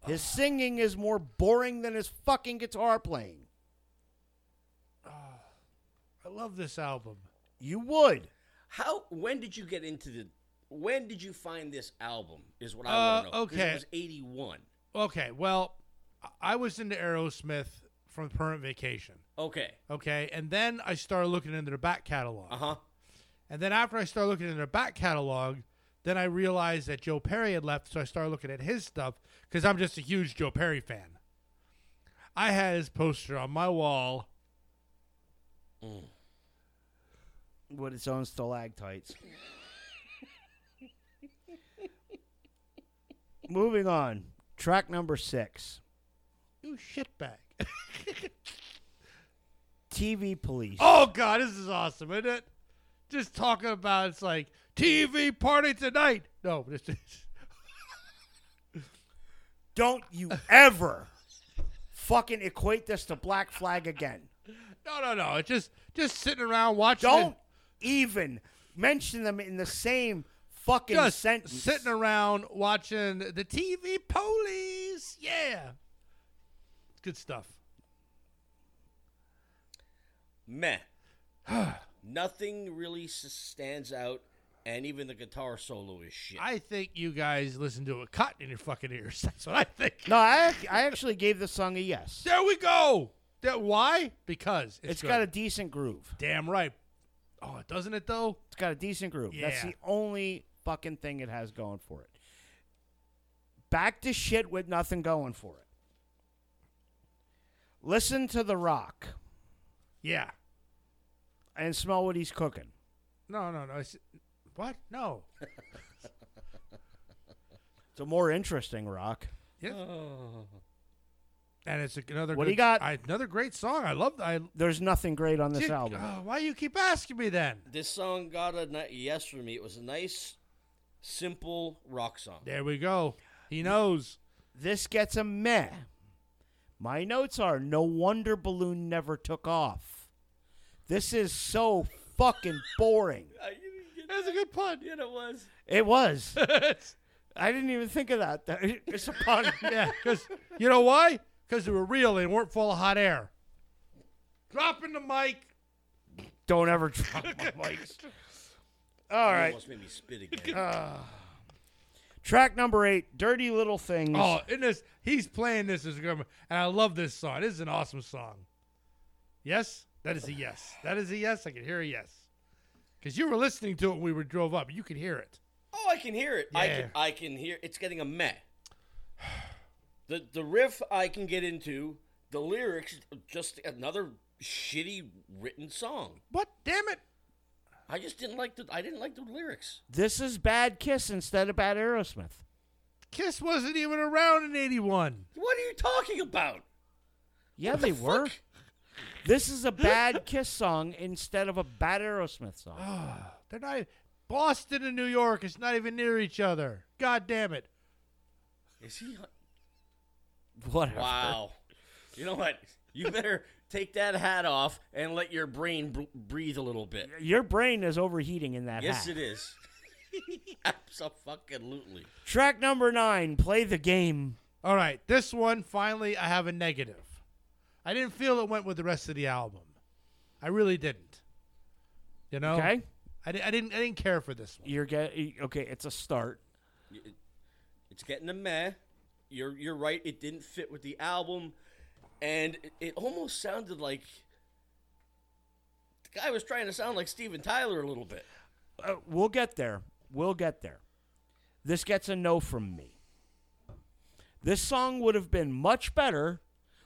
His singing is more boring than his fucking guitar playing.
I love this album.
You would.
How? When did you get into the? When did you find this album? Is what I
Uh,
want to know. 'cause
okay.
It was eighty one.
Okay, well, I- I was into Aerosmith from Permanent Vacation.
Okay.
Okay, and then I started looking into their back catalog.
Uh huh.
Uh-huh.
And then after I started looking into their back catalog, then I realized that Joe Perry had left, so I started looking at his stuff because I'm just a huge Joe Perry fan. I had his poster on my wall.
With its own stalactites. Moving on. Track number six.
You shitbag.
TV Police.
Oh god, this is awesome, isn't it? Just talking about it's like TV party tonight. No, this is
Don't you ever fucking equate this to Black Flag again.
no, no, no. It's just just sitting around watching.
Don't even mention them in the same fucking
just
sentence.
sitting around watching the TV police. Yeah, It's good stuff.
Meh. Nothing really s- stands out, and even the guitar solo is shit.
I think you guys listen to a cotton in your fucking ears. That's what I think.
no, I, ac- I actually gave this song a yes.
There we go. That why? Because it's,
it's got a
good.
decent groove.
damn right. Oh, doesn't it though?
It's got a decent groove. That's
Yeah.
the only fucking thing it has going for it. Back to shit with nothing going for it. Listen to The Rock
Yeah.
and smell what he's cooking.
No, no, no. It's, what? No.
It's a more interesting rock.
Yeah. And it's another.
What
good,
do you got?
I, another great song. I love. I
There's nothing great on this
Dude,
album.
oh, why you keep asking me then?
this song got a ni- yes for me. It was a nice, simple rock song.
There we go. He knows.
This gets a meh. My notes are no wonder Balloon never took off. This is so fucking boring.
I Uh, didn't get
That was a good pun.
Yeah, it was.
It was. I didn't even think of that. It's a pun.
Yeah, because you know why? Because they were real. They weren't full of hot air. Dropping the mic.
Don't ever drop my mics. All
It
right.
Almost made me spit again.
Track number eight, Dirty Little Things.
Oh, and this he's playing this as a government, and I love this song. This is an awesome song. Yes, that is a yes. That is a yes. I can hear a yes. Because you were listening to it when we were drove up. You could hear it.
oh, I can hear it. I
Yeah.
can. I can hear. It's getting a meh. The the riff I can get into. The lyrics, just another shitty written song.
What? Damn it!
I just didn't like the. I didn't like the lyrics.
This is Bad Kiss instead of Bad Aerosmith.
Kiss wasn't even around in '81.
What are you talking about?
Yeah, they were. This is a Bad Kiss song instead of a Bad Aerosmith song.
Oh.
They're not. Boston and New York is not even near each other. God damn it!
Is he?
Whatever.
Wow. you know what? You better take that hat off and let your brain br- breathe a little bit.
Your brain is overheating in that
Yes,
hat.
it is. Absolutely.
Track number nine, Play the Game.
All right, this one finally I have a negative. I didn't feel it went with the rest of the album. I really didn't. You know?
Okay?
I, di- I didn't I didn't care for this one.
You're get, Okay, it's a start.
It's getting a meh. You're you're right. It didn't fit with the album, and it, it almost sounded like the guy was trying to sound like Steven Tyler a little bit.
Uh, we'll get there. We'll get there. This gets a no from me. This song would have been much better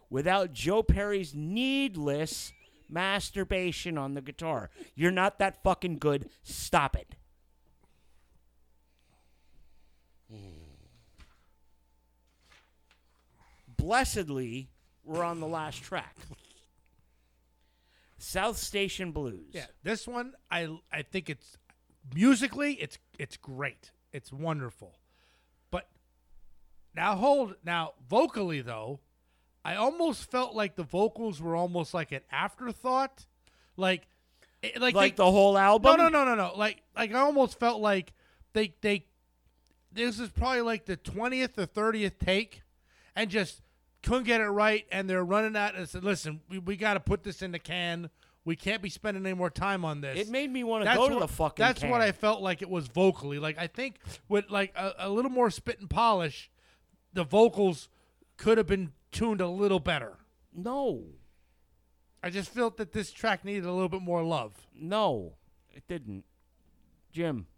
without Joe Perry's needless masturbation on the guitar. You're not that fucking good. Stop it. Blessedly, we're on the last track. South Station Blues.
Yeah, this one I I think it's musically it's it's great. It's wonderful. But now hold now vocally though, I almost felt like the vocals were almost like an afterthought. Like it- like,
Like
they-
the whole album?
No, no, no, no, no. Like, like I almost felt like they, they. This is probably like the twentieth or thirtieth take, and just couldn't get it right, and they're running out and said, "Listen, we, we got to put this in the can. We can't be spending any more time on this."
It made me want to
That's
go to
what-
the fucking.
That's what
can.
I felt like it was vocally. Like I think with like a, a little more spit and polish, the vocals could have been tuned a little better.
No,
I just felt that this track needed a little bit more love.
no, it didn't. Jim,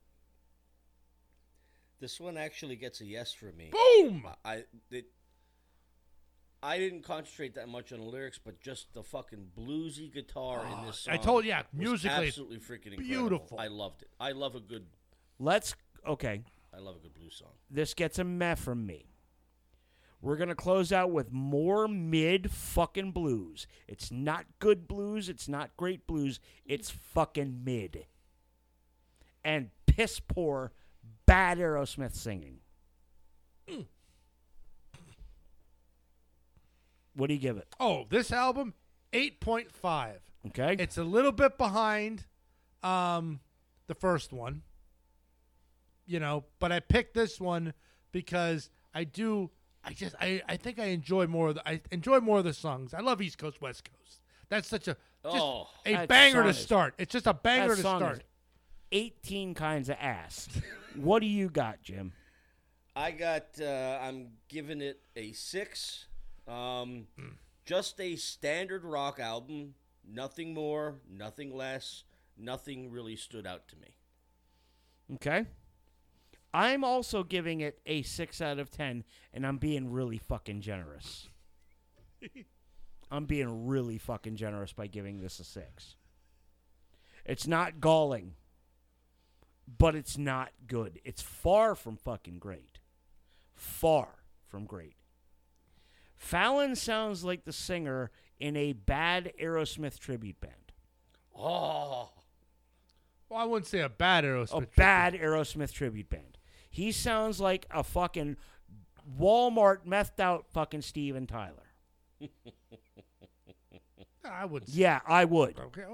This one actually gets a yes from me.
Boom.
I it, I didn't concentrate that much on the lyrics, but just the fucking bluesy guitar in this song.
Ah, I told you, yeah,
was
musically,
absolutely freaking incredible.
beautiful.
I loved it. I love a good,
let's. Okay,
I love a good blues song.
this gets a meh from me. We're gonna close out with more mid fucking blues. It's not good blues. It's not great blues. It's fucking mid. And piss poor, bad Aerosmith singing.
Mm.
What do you give it?
Oh, this album, eight point five.
Okay.
It's a little bit behind um, the first one, you know. But I picked this one because I do. I just I, I think I enjoy more of the I enjoy more of the songs. I love East Coast West Coast. That's such a just
Oh.
a
That
banger
song
to
is-
start. It's just a banger
That
to
song
start.
is 18 kinds of ass. what do you got, Jim?
I got. Uh, I'm giving it a six. Um,
Hmm.
Just a standard rock album. Nothing more. Nothing less. Nothing really stood out to me.
Okay. I'm also giving it a 6 out of 10, and I'm being really fucking generous. I'm being really fucking generous by giving this a 6. It's not galling, but it's not good. It's far from fucking great. Far from great. Fallon sounds like the singer in a bad Aerosmith tribute band.
Ah.
Oh,
Well, I wouldn't say a bad
a
Aerosmith.
bad Aerosmith tribute band. He sounds like a fucking Walmart methed out fucking Steven Tyler.
I would.
Yeah, I would.
Okay.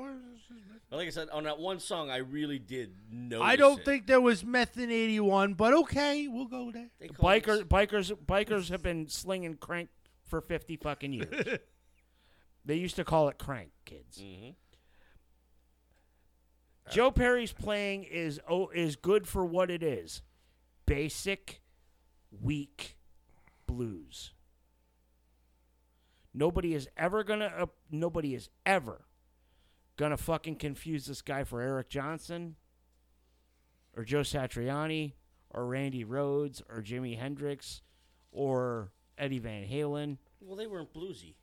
But like I said, on that one song, I really did know.
I don't think there was meth in '81, but okay, we'll go there.
they call it-
Bikers, bikers, bikers have been slinging crank for fifty fucking years. they used to call it crank, kids.
Mhm.
Joe Perry's playing is oh is good for what it is, basic, weak blues. Nobody is ever gonna. Uh, nobody is ever gonna fucking confuse this guy for Eric Johnson, or Joe Satriani, or Randy Rhodes, or Jimi Hendrix, or Eddie Van Halen.
Well, they weren't bluesy.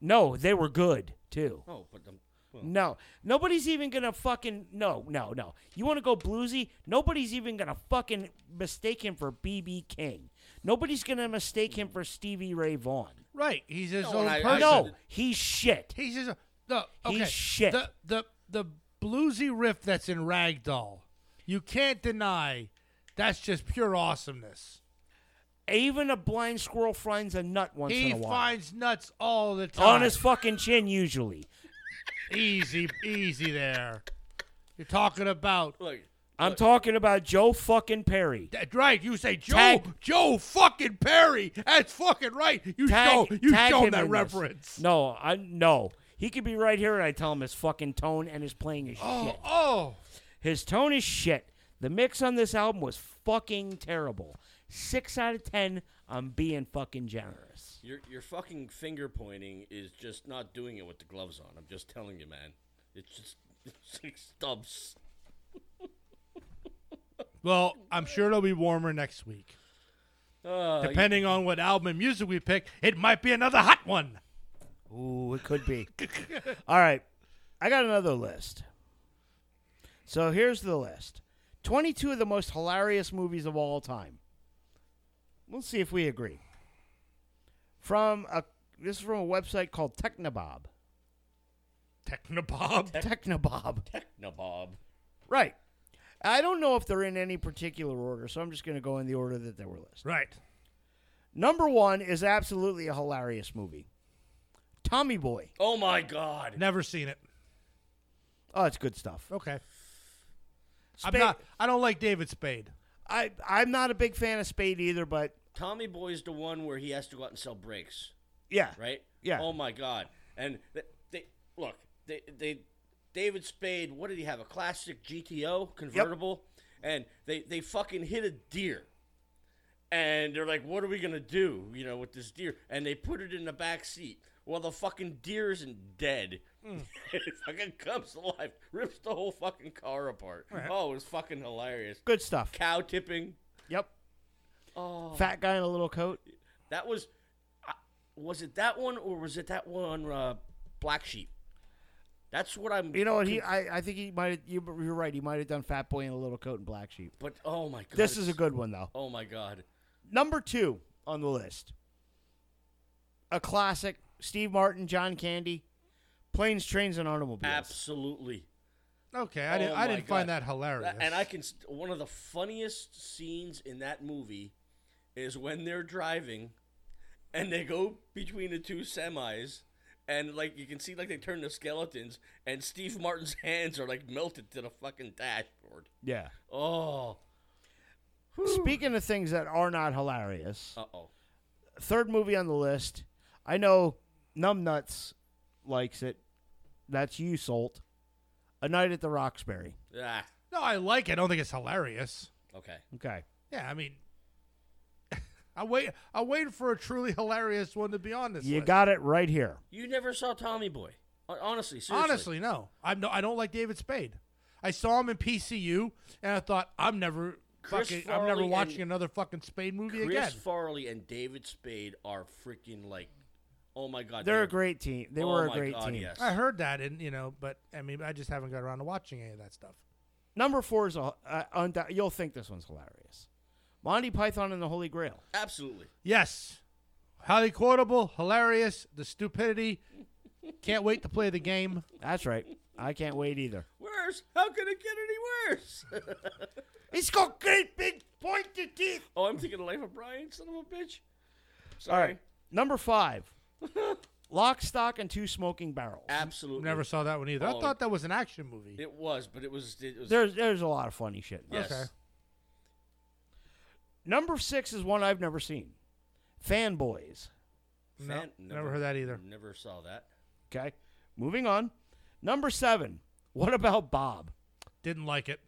No, they were good too.
Oh, but um, well,
No, nobody's even gonna fucking no, no, no. You want to go bluesy? Nobody's even gonna fucking mistake him for BB King. Nobody's gonna mistake him for Stevie Ray Vaughan.
Right, he's his
No,
own
and I- I
person.
No, he's shit.
He's his. The, okay.
He's shit.
The the the bluesy riff that's in Ragdoll, you can't deny. That's just pure awesomeness.
Even a blind squirrel finds a nut once
he
in a while
finds nuts all the time.
on his fucking chin usually.
easy, easy there. You're talking about
look,
I'm talking about Joe fucking Perry.
That- right. You say Joe,
Tag-
Joe fucking Perry. That's fucking right. You
Tag,
show, you
tag
shown
him
that
in this.
reference.
No, I no. He could be right here, and I tell him his fucking tone and his playing is
Oh,
shit.
oh,
His tone is shit. The mix on this album was fucking terrible. Six out of ten. I'm being fucking generous.
your your fucking finger pointing is just not doing it with the gloves on. I'm just telling you, man. It's just it's like stubs.
Well, I'm sure it'll be warmer next week.
Uh,
Depending on what album and music we pick, it might be another hot one.
Ooh, it could be. All right, I got another list. So here's the list: twenty-two of the most hilarious movies of all time. We'll see if we agree. From a this is from a website called Technobob.
Technobob.
Technobob.
no, Bob.
Right. I don't know if they're in any particular order, so I'm just going to go in the order that they were listed.
Right.
Number one is absolutely a hilarious movie. Tommy Boy.
Oh my God.
Never seen it.
Oh, it's good stuff.
Okay.
Spade-
I'm not. I don't like David Spade.
I, I'm not a big fan of Spade either, but
Tommy Boy's the one where he has to go out and sell breaks,
yeah.
right?
Yeah.
Oh my God. And th- they look, they they David Spade. What did he have? A classic GTO convertible, and they they fucking hit a deer. And they're like, "What are we gonna do, you know, with this deer?" And they put it in the back seat. Well, the fucking deer isn't dead. it fucking comes alive, rips the whole fucking car apart. Oh, it was fucking hilarious.
Good stuff.
Cow tipping.
Yep. Fat guy in a little coat.
That was, I was it that one or was it that one uh, Black Sheep? That's what I'm.
You know what? He, I, I think he might. You, you're right. He might have done Fat Boy in a little coat and Black Sheep.
But oh my god,
This is a
it's-
good one though.
Oh my god,
Number two on the list. A classic. Steve Martin, John Candy. Planes, trains, and automobiles.
absolutely.
Okay. I didn't.
Oh my
I didn't find
God.
that hilarious.
And I can. St- one of the funniest scenes in that movie is when they're driving, and they go between the two semis. And like you can see, like they turn the skeletons, and Steve Martin's hands are like melted to the fucking dashboard.
Yeah.
Oh,
Speaking of things that are not hilarious,
uh oh.
third movie on the list. I know Numbnuts likes it. That's you, Salt. A Night at the Roxbury.
Ah,
No, I like it. I don't think it's hilarious.
okay.
Okay.
Yeah, I mean, I wait. I waited for a truly hilarious one to be on this.
You
list.
got it right here.
You never saw Tommy Boy. Hon- Honestly, seriously.
honestly no. I'm no. I don't like David Spade. I saw him in PCU, and I thought I'm never.
Chris
Fucking, I'm never
Farley
watching
and-
another fucking Spade movie
Chris
again.
Farley and David Spade are freaking like, oh my god,
They're a great team. They
oh
were a
my
great
God,
team.
Yes.
I heard that, and you know, but I mean, I just haven't got around to watching any of that stuff.
Number four is a, uh, undou- you'll think this one's hilarious. Monty Python and the Holy Grail.
Absolutely.
Yes, highly quotable, hilarious. The stupidity. Can't wait to play the game.
That's right. I can't wait either.
Worse? How could it get any worse?
He's got great big pointed teeth.
oh, I'm thinking of Life of Brian, son of a bitch.
All
Sorry.
right. Number five. Lock, stock, and two smoking barrels.
Absolutely.
Never saw that one either.
Oh,
I thought that was an action movie.
It was, but it was. It was
There's there's a lot of funny shit. in there.
yes.
Okay.
Number six is one I've never seen. Fanboys.
No, never heard that either.
Never saw that.
Okay. Moving on. Number seven. What about Bob?
Didn't like it.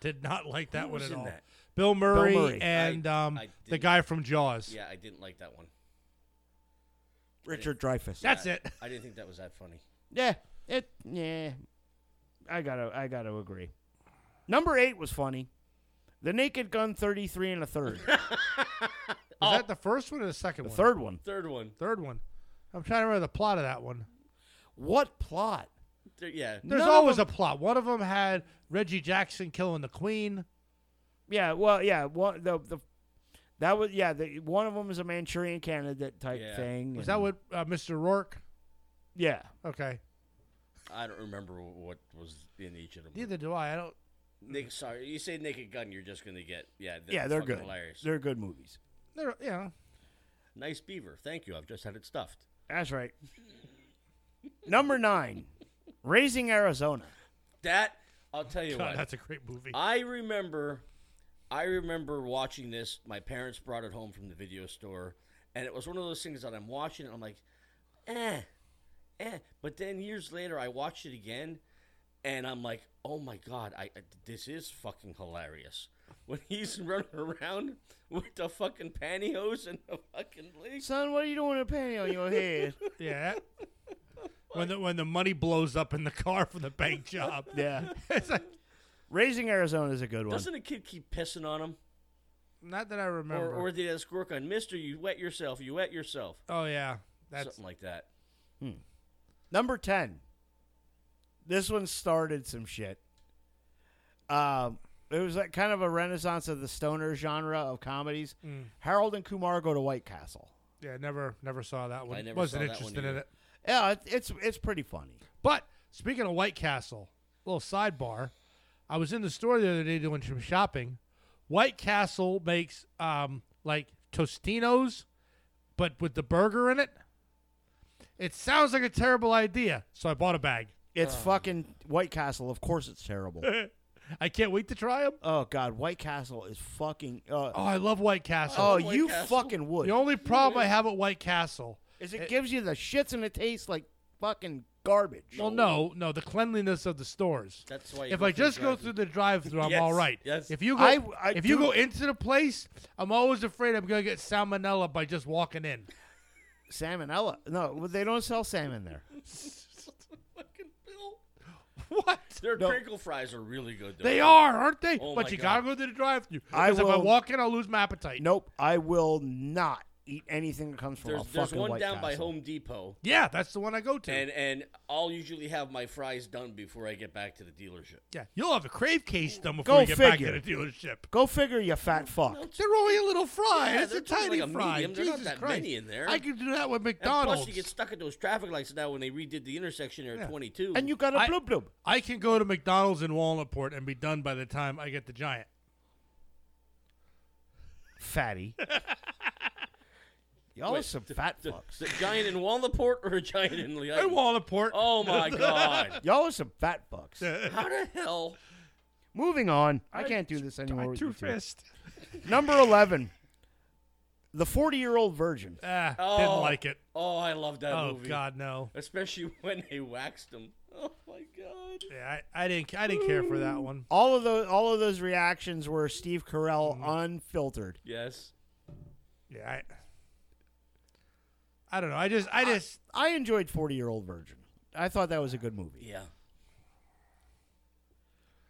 Did not like that one
was
at
in
all.
that?
Bill, Murray
Murray.
and
I-
um,
I
the
didn't-
guy from Jaws.
Yeah, I didn't like that one.
Richard Dreyfuss.
That's
I-
it.
I didn't think that was that funny.
Yeah. It yeah. I gotta I gotta agree. Number eight was funny. The Naked Gun 33 and a third.
Was that the first one or the second
The
one?
third one.
Oh. Third one.
Third one. I'm trying to remember the plot of that one.
What plot?
Th- yeah.
None
There's
of
always a
them-
plot. One of them had Reggie Jackson killing the Queen.
Yeah, well, yeah, one the the that was yeah, the one of them is a Manchurian candidate type
Yeah.
thing.
Was
and-
Mm-hmm.
that what uh, Mr. Rourke?
Yeah.
Okay.
I don't remember wh- what was in each of them.
Neither do I. I don't.
Nick, sorry, you say Naked Gun, you're just gonna get yeah. They're
Yeah, they're
fucking
good.
Hilarious.
They're good movies.
They're, you know,
nice beaver. Thank you. I've just had it stuffed.
That's right. Number nine, Raising Arizona.
That I'll tell you
God,
what.
that's a great movie.
I remember, I remember watching this. My parents brought it home from the video store, and it was one of those things that I'm watching, and I'm like, eh, eh. But then years later, I watched it again, and I'm like, oh my god, I, I- this is fucking hilarious. When he's running around with the fucking pantyhose and the fucking legs.
Son, what are you doing with a penny on your head?
Yeah. when the when the money blows up in the car for the bank job.
yeah.
It's like,
Raising Arizona is a good one.
Doesn't a kid keep pissing on him?
not that I
Or,
remember.
or did a squirk on Mister? You wet yourself. You wet yourself.
oh yeah, that's
Something like that.
Number 10. This one started some shit. Um, it was like kind of a renaissance of the stoner genre of comedies. Harold and Kumar go to White Castle.
yeah. Never never saw that one.
I never
Wasn't
saw that one
interested in
either.
it.
Yeah, it, it's it's pretty funny.
But speaking of White Castle, little sidebar. I was in the store the other day doing some shopping. White Castle makes um like Tostinos, but with the burger in it. It sounds like a terrible idea, so I bought a bag.
It's fucking White Castle. Of course, it's terrible.
I can't wait to try them.
oh God, White Castle is fucking. Uh,
Oh, I love White Castle.
oh,
White
you
Castle.
fucking would.
The only problem I have at White Castle
is it gives you the shits and it tastes like fucking garbage.
Well, no, no, the cleanliness of the stores.
That's why. you
If I
through the
just go
drive-thru.
through the drive-through, I'm
Yes,
all right.
yes.
If you go,
I- I
if you
do-
go into the place, I'm always afraid I'm gonna get salmonella by just walking in.
Salmonella. No, well, they don't sell salmon there.
fucking Bill.
What?
Their
No.
crinkle fries are really good. Though.
They are, aren't they?
Oh
but
my
you
God.
gotta go through the drive-through.
I
Because if I
will-
walk in, I'll lose my appetite.
Nope, I will not eat anything that comes from
There's,
a
there's
Oh, fucking
one
White
down by
Castle.
Home Depot,
Yeah, that's the one I go to.
and and I'll usually have my fries done before I get back to the dealership.
yeah, you'll have a crave case done before
Go
you get
figure.
back to the dealership.
Go figure, you fat fuck.
They're only a little fry.
Yeah,
it's a
they're just
tiny
like a
fry.
medium. There's not
Jesus
that
Christ.
many in there.
I could do that with
And
McDonald's.
plus, you get stuck at those traffic lights now when they redid the intersection at
Yeah.
22.
And you got a
I-
blub blub.
I can go to McDonald's in Walnutport and be done by the time I get the giant.
Fatty. Y'all are
Wait,
some
the-
fat
the,
fucks.
the giant in Wallaport or a giant in Leon?
In Walnutport.
Oh my god!
Y'all are some fat fucks.
How the hell?
Moving on. I, can't do this anymore.
I
with
two
you two.
fist.
Number 11. The 40 year old virgin.
Ah,
Oh.
didn't like it.
Oh, I love that
Oh
movie.
God, no.
Especially when they waxed him. Oh my god!
Yeah, I, I didn't. I didn't care for that one.
All of those, all of those reactions were Steve Carell unfiltered.
Yes.
Yeah, I. I don't know. I just. I just.
I enjoyed 40 year old virgin. I thought that was a good movie.
Yeah.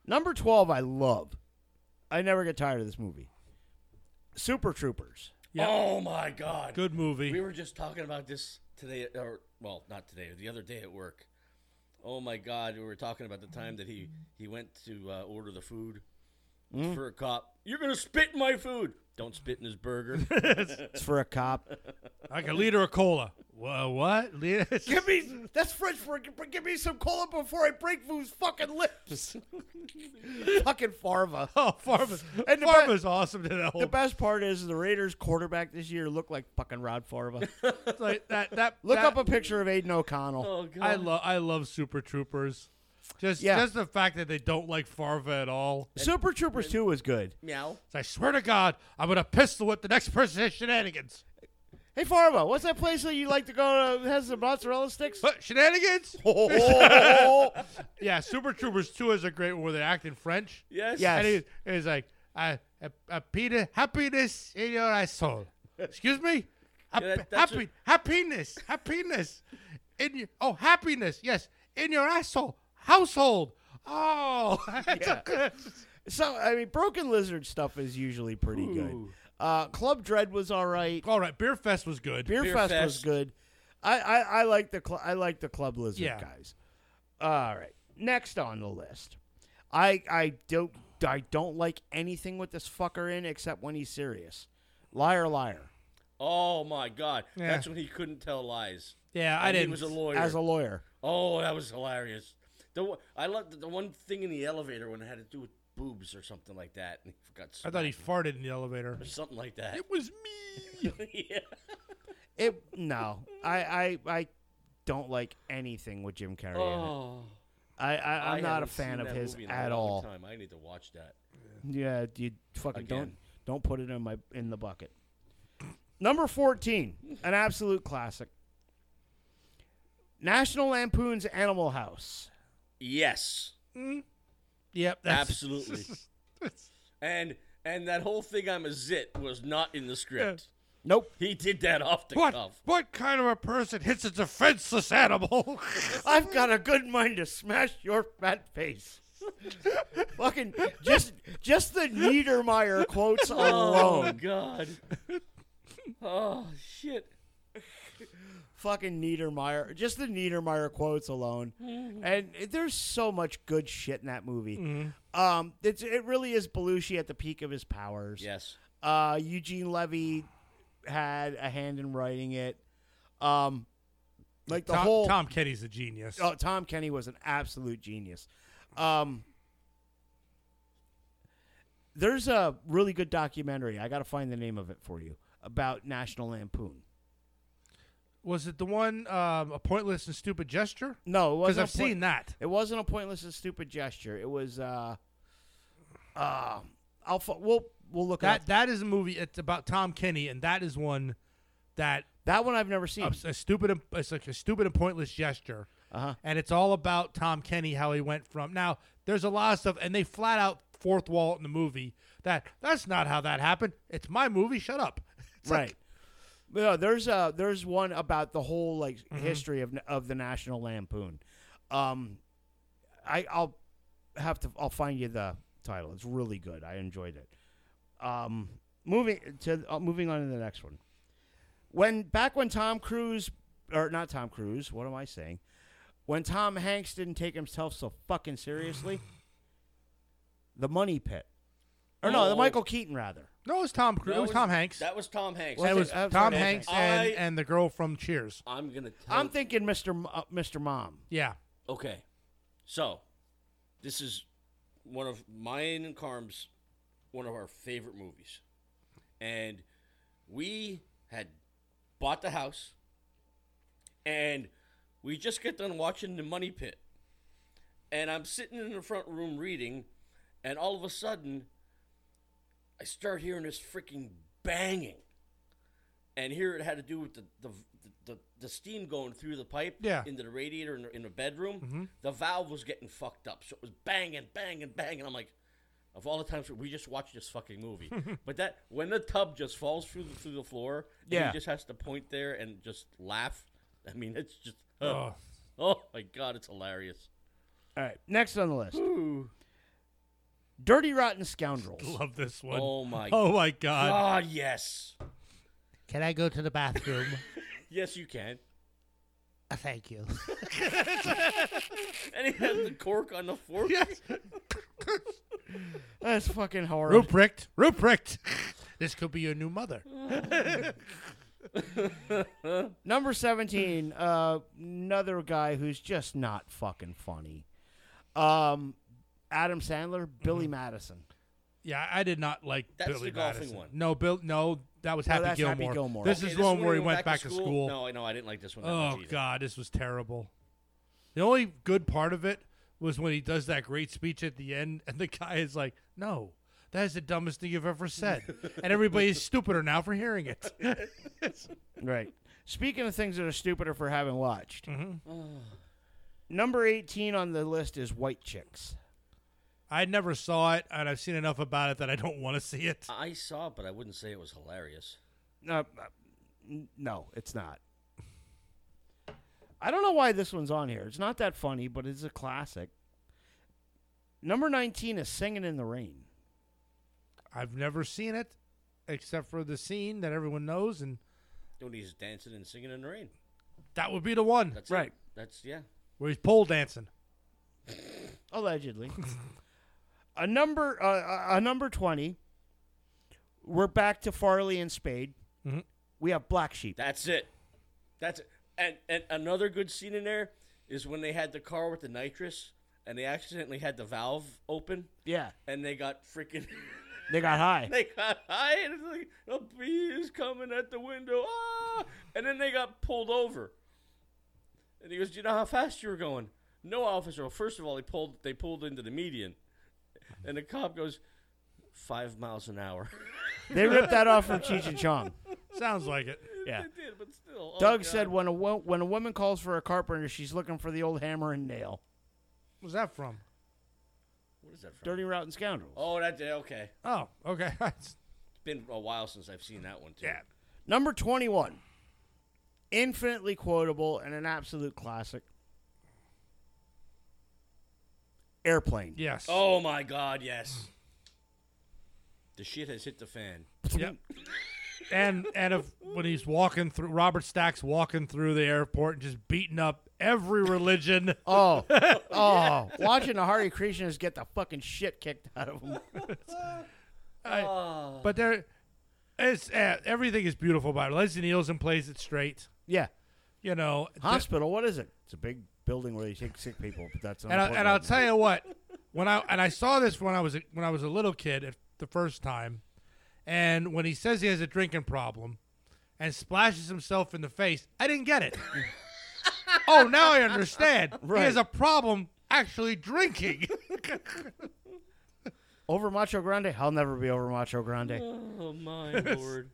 Number 12, I love. I never get tired of this movie. Super Troopers.
Yeah.
Oh my god!
good movie.
We were just talking about this today, or well, not today, the other day at work. Oh my God, we were talking about the time that he he went to uh, order the food for a cop. You're gonna spit in my food. Don't spit in his burger.
It's for a cop.
like a liter of cola. Wha- what? Leon-
Give me that's French for give me some cola before I break those fucking lips. fucking Farva.
oh, Farmer's,
And the
Farmer's awesome to that
The
whole.
best part is the Raiders quarterback this year looked like fucking Rod Farva.
it's like that. That
Look
that-
up a picture of Aiden O'Connell.
Oh god.
I love I love Super Troopers. Just
Yeah.
just the fact that they don't like Farva at all.
Super Troopers 2 was good.
meow.
It's, I swear to God, I'm gonna pistol whip the next person at shenanigans.
Hey Farva, what's that place that you like to go to that has the mozzarella sticks?
But shenanigans?
Oh,
yeah, Super Troopers Two is a great one where they act in French.
Yes.
Yeah.
And he, he's like, I, a, a penis, happiness in your soul. Excuse me?
Yeah,
A,
that- that's
happy, happiness, happiness. In your, oh, happiness, yes. In your asshole, household. Oh, that's a good.
so I mean Broken Lizard stuff is usually pretty good. Uh, Club Dread was all right.
All right, Beer Fest was good.
Beer,
Beer
Fest, was
Fest.
good. I I, I like the cl- I like the Club Lizard
Yeah.
guys. All right, next on the list, I I don't I don't like anything with this fucker in except when he's serious. Liar, liar.
Oh my god.
Yeah.
That's when he couldn't tell lies.
yeah, I
And
didn't.
He was a lawyer.
As a lawyer,
oh, that was hilarious. The one- I loved the- the one thing in the elevator when it had to do with boobs or something like that, and he got
I thought he farted in the elevator.
something like that.
It was me.
yeah.
it no. I I I don't like anything with Jim Carrey. In it.
Oh.
I, I I'm
I
not a
haven't
fan
seen
of
that
his
movie in a
at
long
all.
Time. I need to watch that.
Yeah, you fucking
Again.
don't don't put it in my in the bucket. Number fourteen, an absolute classic. National Lampoon's Animal House.
Yes,
yep, that's,
absolutely. and and that whole thing I'm a zit was not in the script.
Nope.
He did that off the
What?
cuff.
What kind of a person hits a defenseless animal?
I've got a good mind to smash your fat face. fucking just just the Niedermeyer quotes
Oh
alone.
God. Oh shit.
fucking Niedermeyer, just the Niedermeyer quotes alone,
Mm-hmm.
and there's so much good shit in that movie.
Mm-hmm.
Um, it's it really is Belushi at the peak of his powers.
Yes.
Uh, Eugene Levy had a hand in writing it. Um, like the
Tom,
whole
Tom Kenny's a genius.
Oh, Tom Kenny was an absolute genius. Um, there's a really good documentary. I got to find the name of it for you about National Lampoon.
Was it the one um, a pointless and stupid gesture?
No, it
Because
wasn't.
I've
a point-
seen that.
It wasn't a pointless and stupid gesture. It was uh, uh I'll fo- we'll we'll look at
That that is a movie. It's about Tom Kenny, and that is one that
that one. I've never seen.
a, a stupid. and- It's like a stupid and pointless gesture.
Uh-huh.
And it's all about Tom Kenny, how he went from. Now, there's a lot of stuff, and they flat out fourth wall it in the movie that that's not how that happened. It's my movie. Shut up. It's
right.
like-
But no, there's uh there's one about the whole like
Mm-hmm.
history of of the National Lampoon. Um, I I'll have to I'll find you the title. It's really good. I enjoyed it. Um, moving to uh, moving on to the next one. When back when Tom Cruise or not Tom Cruise, what am I saying? When Tom Hanks didn't take himself so fucking seriously, the Money Pit, or no, the
Oh.
Michael Keaton rather.
no, it was Tom. Cruise.
That
it was, Tom Hanks.
That was Tom Hanks.
Was
and it was
that was
Tom
Tom
Hanks
Hanks.
and,
I-
and the girl from Cheers.
I'm gonna tell.
I'm thinking Mr. M- uh, Mr. Mom.
Yeah.
okay. So, this is one of mine and Carm's one of our favorite movies, and we had bought the house, and we just get done watching the Money Pit, and I'm sitting in the front room reading, and all of a sudden, I start hearing this freaking banging, and here it had to do with the the, the, the steam going through the pipe
Yeah.
into the radiator in the, in the bedroom. The valve was getting fucked up, so it was banging, banging, banging. I'm like, of all the times we just watched this fucking movie, but that when the tub just falls through the, through the floor, and
Yeah.
he just has to point there and just laugh. I mean, it's just
Oh.
oh my god, it's hilarious.
All right, next on the list. Dirty Rotten Scoundrels.
Love this one.
Oh my
Oh my God.
god, yes,
Can I go to the bathroom?
yes, you can.
Thank you.
And he has the cork on the fork.
yes.
That's fucking horrible.
Ruprecht. Ruprecht. this could be your new mother.
Number 17, uh, another guy who's just not fucking funny. Um, Adam Sandler, Billy Madison.
Yeah, I did not like
That's
Billy
the golfing
Madison.
one.
No, Bill. No, that was Happy,
that's
Gilmore.
Happy Gilmore.
This
Okay,
is the one
when
where he went back to school.
No, I know I didn't like this one. That
Oh
much either.
God, this was terrible. The only good part of it was when he does that great speech at the end, and the guy is like, "No, that is the dumbest thing you've ever said," and everybody is stupider now for hearing it.
Right. Speaking of things that are stupider for having watched, number 18 on the list is White Chicks.
I never saw it, and I've seen enough about it that I don't want to see it.
I saw it, but I wouldn't say it was hilarious.
No, uh, no, it's not. I don't know why this one's on here. It's not that funny, but it's a classic. Number 19 is Singing in the Rain.
I've never seen it, except for the scene that everyone knows, and
When he's dancing and singing in the rain.
that would be the one
That's
Right.
It. That's yeah.
where he's pole dancing.
allegedly. a number, uh, a a number twenty. We're back to Farley and Spade.
Mhm.
We have Black Sheep.
That's it. That's it. And and another good scene in there is when they had the car with the nitrous and they accidentally had the valve open
Yeah,
and they got freaking
they got high.
they got high and it's like "Oh, a bee is coming at the window. Ah! And then they got pulled over. And he goes, Do you know how fast you were going? No officer. Well, first of all, they pulled they pulled into the median. And the cop goes, Five miles an hour.
They ripped that off from Cheech and Chong.
Sounds like it.
Yeah.
They did, but still. oh,
Doug
God.
said when a wo- when a woman calls for a carpenter, she's looking for the old hammer and nail.
What's that from?
What is that from?
Dirty Rotten Scoundrels.
Oh, that day. Okay.
Oh, okay.
It's been a while since I've seen that one too.
yeah.
Number twenty one, infinitely quotable and an absolute classic. Airplane.
Yes.
Oh my God, yes. The shit has hit the fan.
Yep. and and if when he's walking through Robert Stack's walking through the airport and just beating up every religion.
Oh, oh! Watching the Hare Krishnas get the fucking shit kicked out of them.
I- But there, it's uh, everything is beautiful about it. Leslie Nielsen plays it straight.
Yeah,
You know,
hospital. What is it? It's a big building where they take sick people. But that's
and I, and I'll tell you what, when I and I saw this when I was a, when I was a little kid at the first time, and when he says he has a drinking problem, and splashes himself in the face, I didn't get it. oh, now I understand. He has
Right.
a problem actually drinking.
over Macho Grande. I'll never be over Macho Grande.
Oh my lord.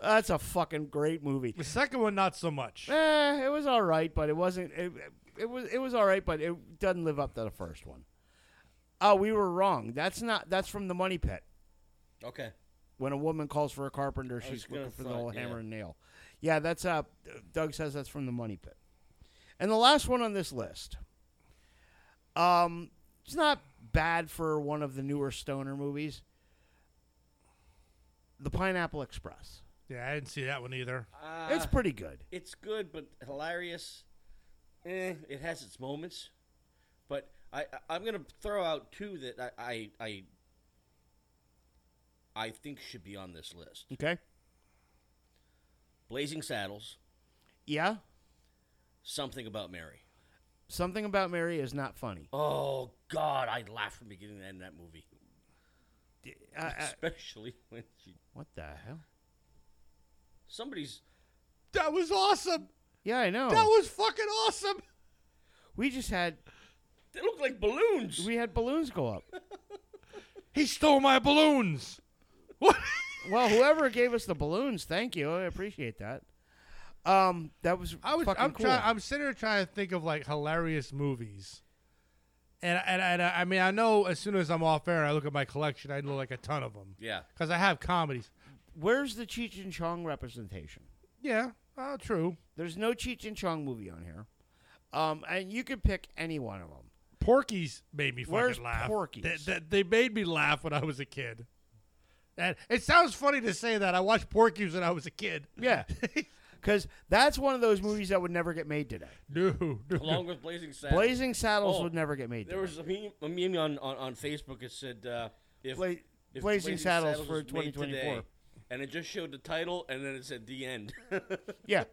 That's a fucking great movie.
the second one, not so much.
Eh, it was all right, but it wasn't. It, it was it was all right, but it doesn't live up to the first one. Oh, we were wrong. That's not. That's from the Money Pit.
Okay.
When a woman calls for a carpenter,
was
she's
gonna
looking for the
thought,
old
yeah.
hammer and nail. Yeah, that's uh, Doug says that's from the Money Pit. And the last one on this list, um, it's not bad for one of the newer stoner movies. The Pineapple Express.
Yeah, I didn't see that one either.
Uh,
it's
it's
pretty good.
it's good, but hilarious. Eh, it has its moments, but I I- I'm gonna throw out two that I I I, I think should be on this list.
Okay.
Blazing Saddles.
Yeah.
Something about Mary.
Something about Mary is not funny.
Oh God, I laughed from beginning to end of that movie,
Uh, uh,
especially when she
what the hell?
somebody's
That was awesome.
Yeah, I know.
That was fucking awesome.
we just had
They look like balloons.
we had balloons go up.
He stole my balloons. What?
Well, whoever gave us the balloons, thank you. I appreciate that. Um, that was
I was.
fucking
I'm
cool.
trying. I'm sitting here trying to think of like hilarious movies. And and, and I, I mean, I know as soon as I'm off air, I look at my collection. I know like a ton of them
yeah.
because I have comedies.
Where's the Cheech and Chong representation?
Yeah, oh, true.
There's no Cheech and Chong movie on here. Um, and you could pick any one of them.
Porky's made me fucking
Where's
laugh.
Porky's?
They, they, they made me laugh when I was a kid. And it sounds funny to say that I watched Porky's when I was a kid.
Yeah, because that's one of those movies that would never get made today.
no, no, no.
Along with Blazing Saddles.
Blazing Saddles
Oh,
would never get made.
There
today.
was a meme, a meme on, on, on Facebook that said uh, if,
Bla-
if
Blazing Saddles for
was made
2024.
today and it just showed the title, and then it said the end.
Yeah,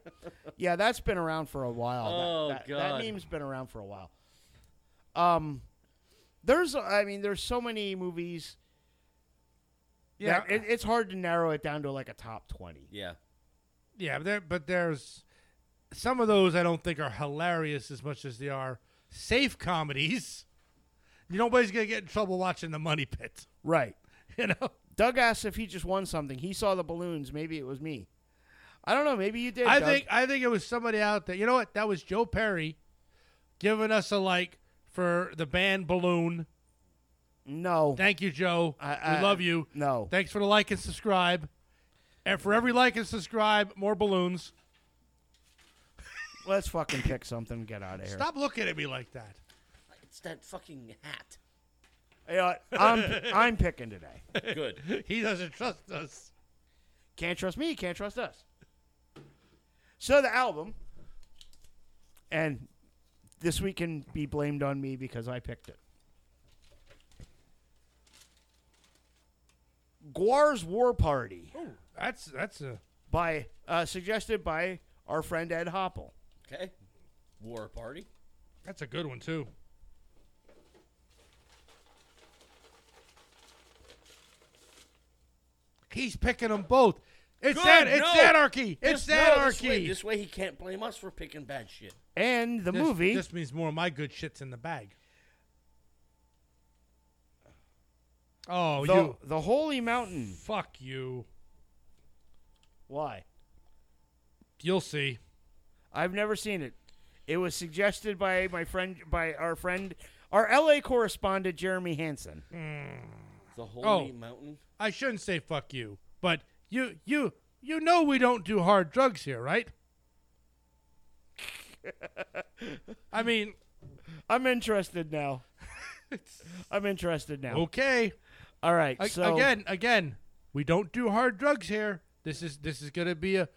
yeah, that's been around for a while. That-
Oh,
that, that,
God.
meme's been around for a while. Um, there's, uh, I mean, there's so many movies.
Yeah,
that it, it's hard to narrow it down to like a top twenty.
yeah,
yeah, but, there, but there's some of those I don't think are hilarious as much as they are safe comedies. Nobody's gonna get in trouble watching the Money Pit,
Right.
you know.
Doug asked if he just won something. He saw the balloons. Maybe it was me. I don't know. Maybe you did.
I
Doug.
think I think it was somebody out there. You know what? That was Joe Perry giving us a like for the band Balloon.
no.
Thank you, Joe.
I- I-
we love you.
no.
Thanks for the like and subscribe. And for every like and subscribe, more balloons.
Let's fucking pick something. and Get out of here.
Stop looking at me like that.
it's that fucking hat.
You know what? I'm I'm picking today.
Good.
He doesn't trust us.
Can't trust me. Can't trust us. So the album, and this week can be blamed on me because I picked it. Guar's War Party
That's that's a
by uh, suggested by our friend Ed Hopple.
Okay. War party.
that's a good one too. He's picking them both. It's
Good,
that it's
no.
anarchy. It's
Just- no,
anarchy.
This way, this way he can't blame us for picking bad shit.
And the
This-
movie
This means more of my good shit's in the bag. Oh,
the,
you
the Holy Mountain.
fuck you.
Why?
You'll see.
I've never seen it. It was suggested by my friend by our friend our LA correspondent Jeremy Hansen.
The
Oh.
holy mountain.
I shouldn't say fuck you, but you you you know we don't do hard drugs here, right? I mean,
I'm interested now. I'm interested now.
okay.
All right.
A-
so
again, again, we don't do hard drugs here. This is this is gonna be a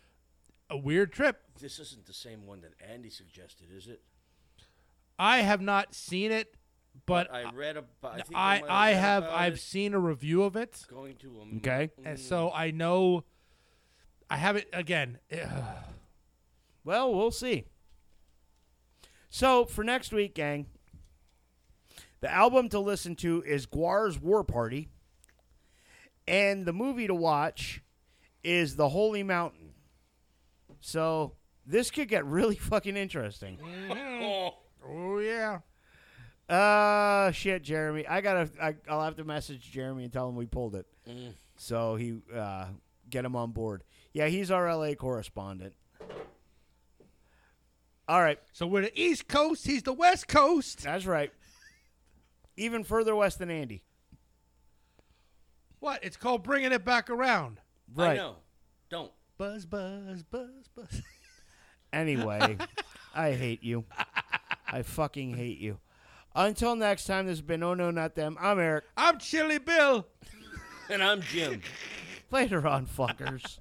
a weird trip.
This isn't the same one that Andy suggested, is it?
I have not seen it, but
I read about. I, think
I
might
I
read
have
about
I've
it.
seen a review of it,
going to a
Okay.
and so I know. I haven't again. Eh,
Well, we'll see. So for next week, gang, the album to listen to is Guar's War Party, and the movie to watch is The Holy Mountain. So this could get really fucking interesting.
Oh,
Oh yeah.
Uh, shit, Jeremy. I gotta. I, I'll have to message Jeremy and tell him we pulled it.
Mm.
So he uh, get him on board. Yeah, he's our LA correspondent. All right,
So we're the East Coast. He's the West Coast.
that's right. Even further west than Andy.
What? It's called bringing it back around.
I
Right.
know. Don't.
Buzz, buzz, buzz, buzz.
Anyway, I hate you. I fucking hate you. Until next time, this has been Oh No Not Them. I'm Eric.
I'm Chili Bill.
And I'm Jim.
Later on, fuckers.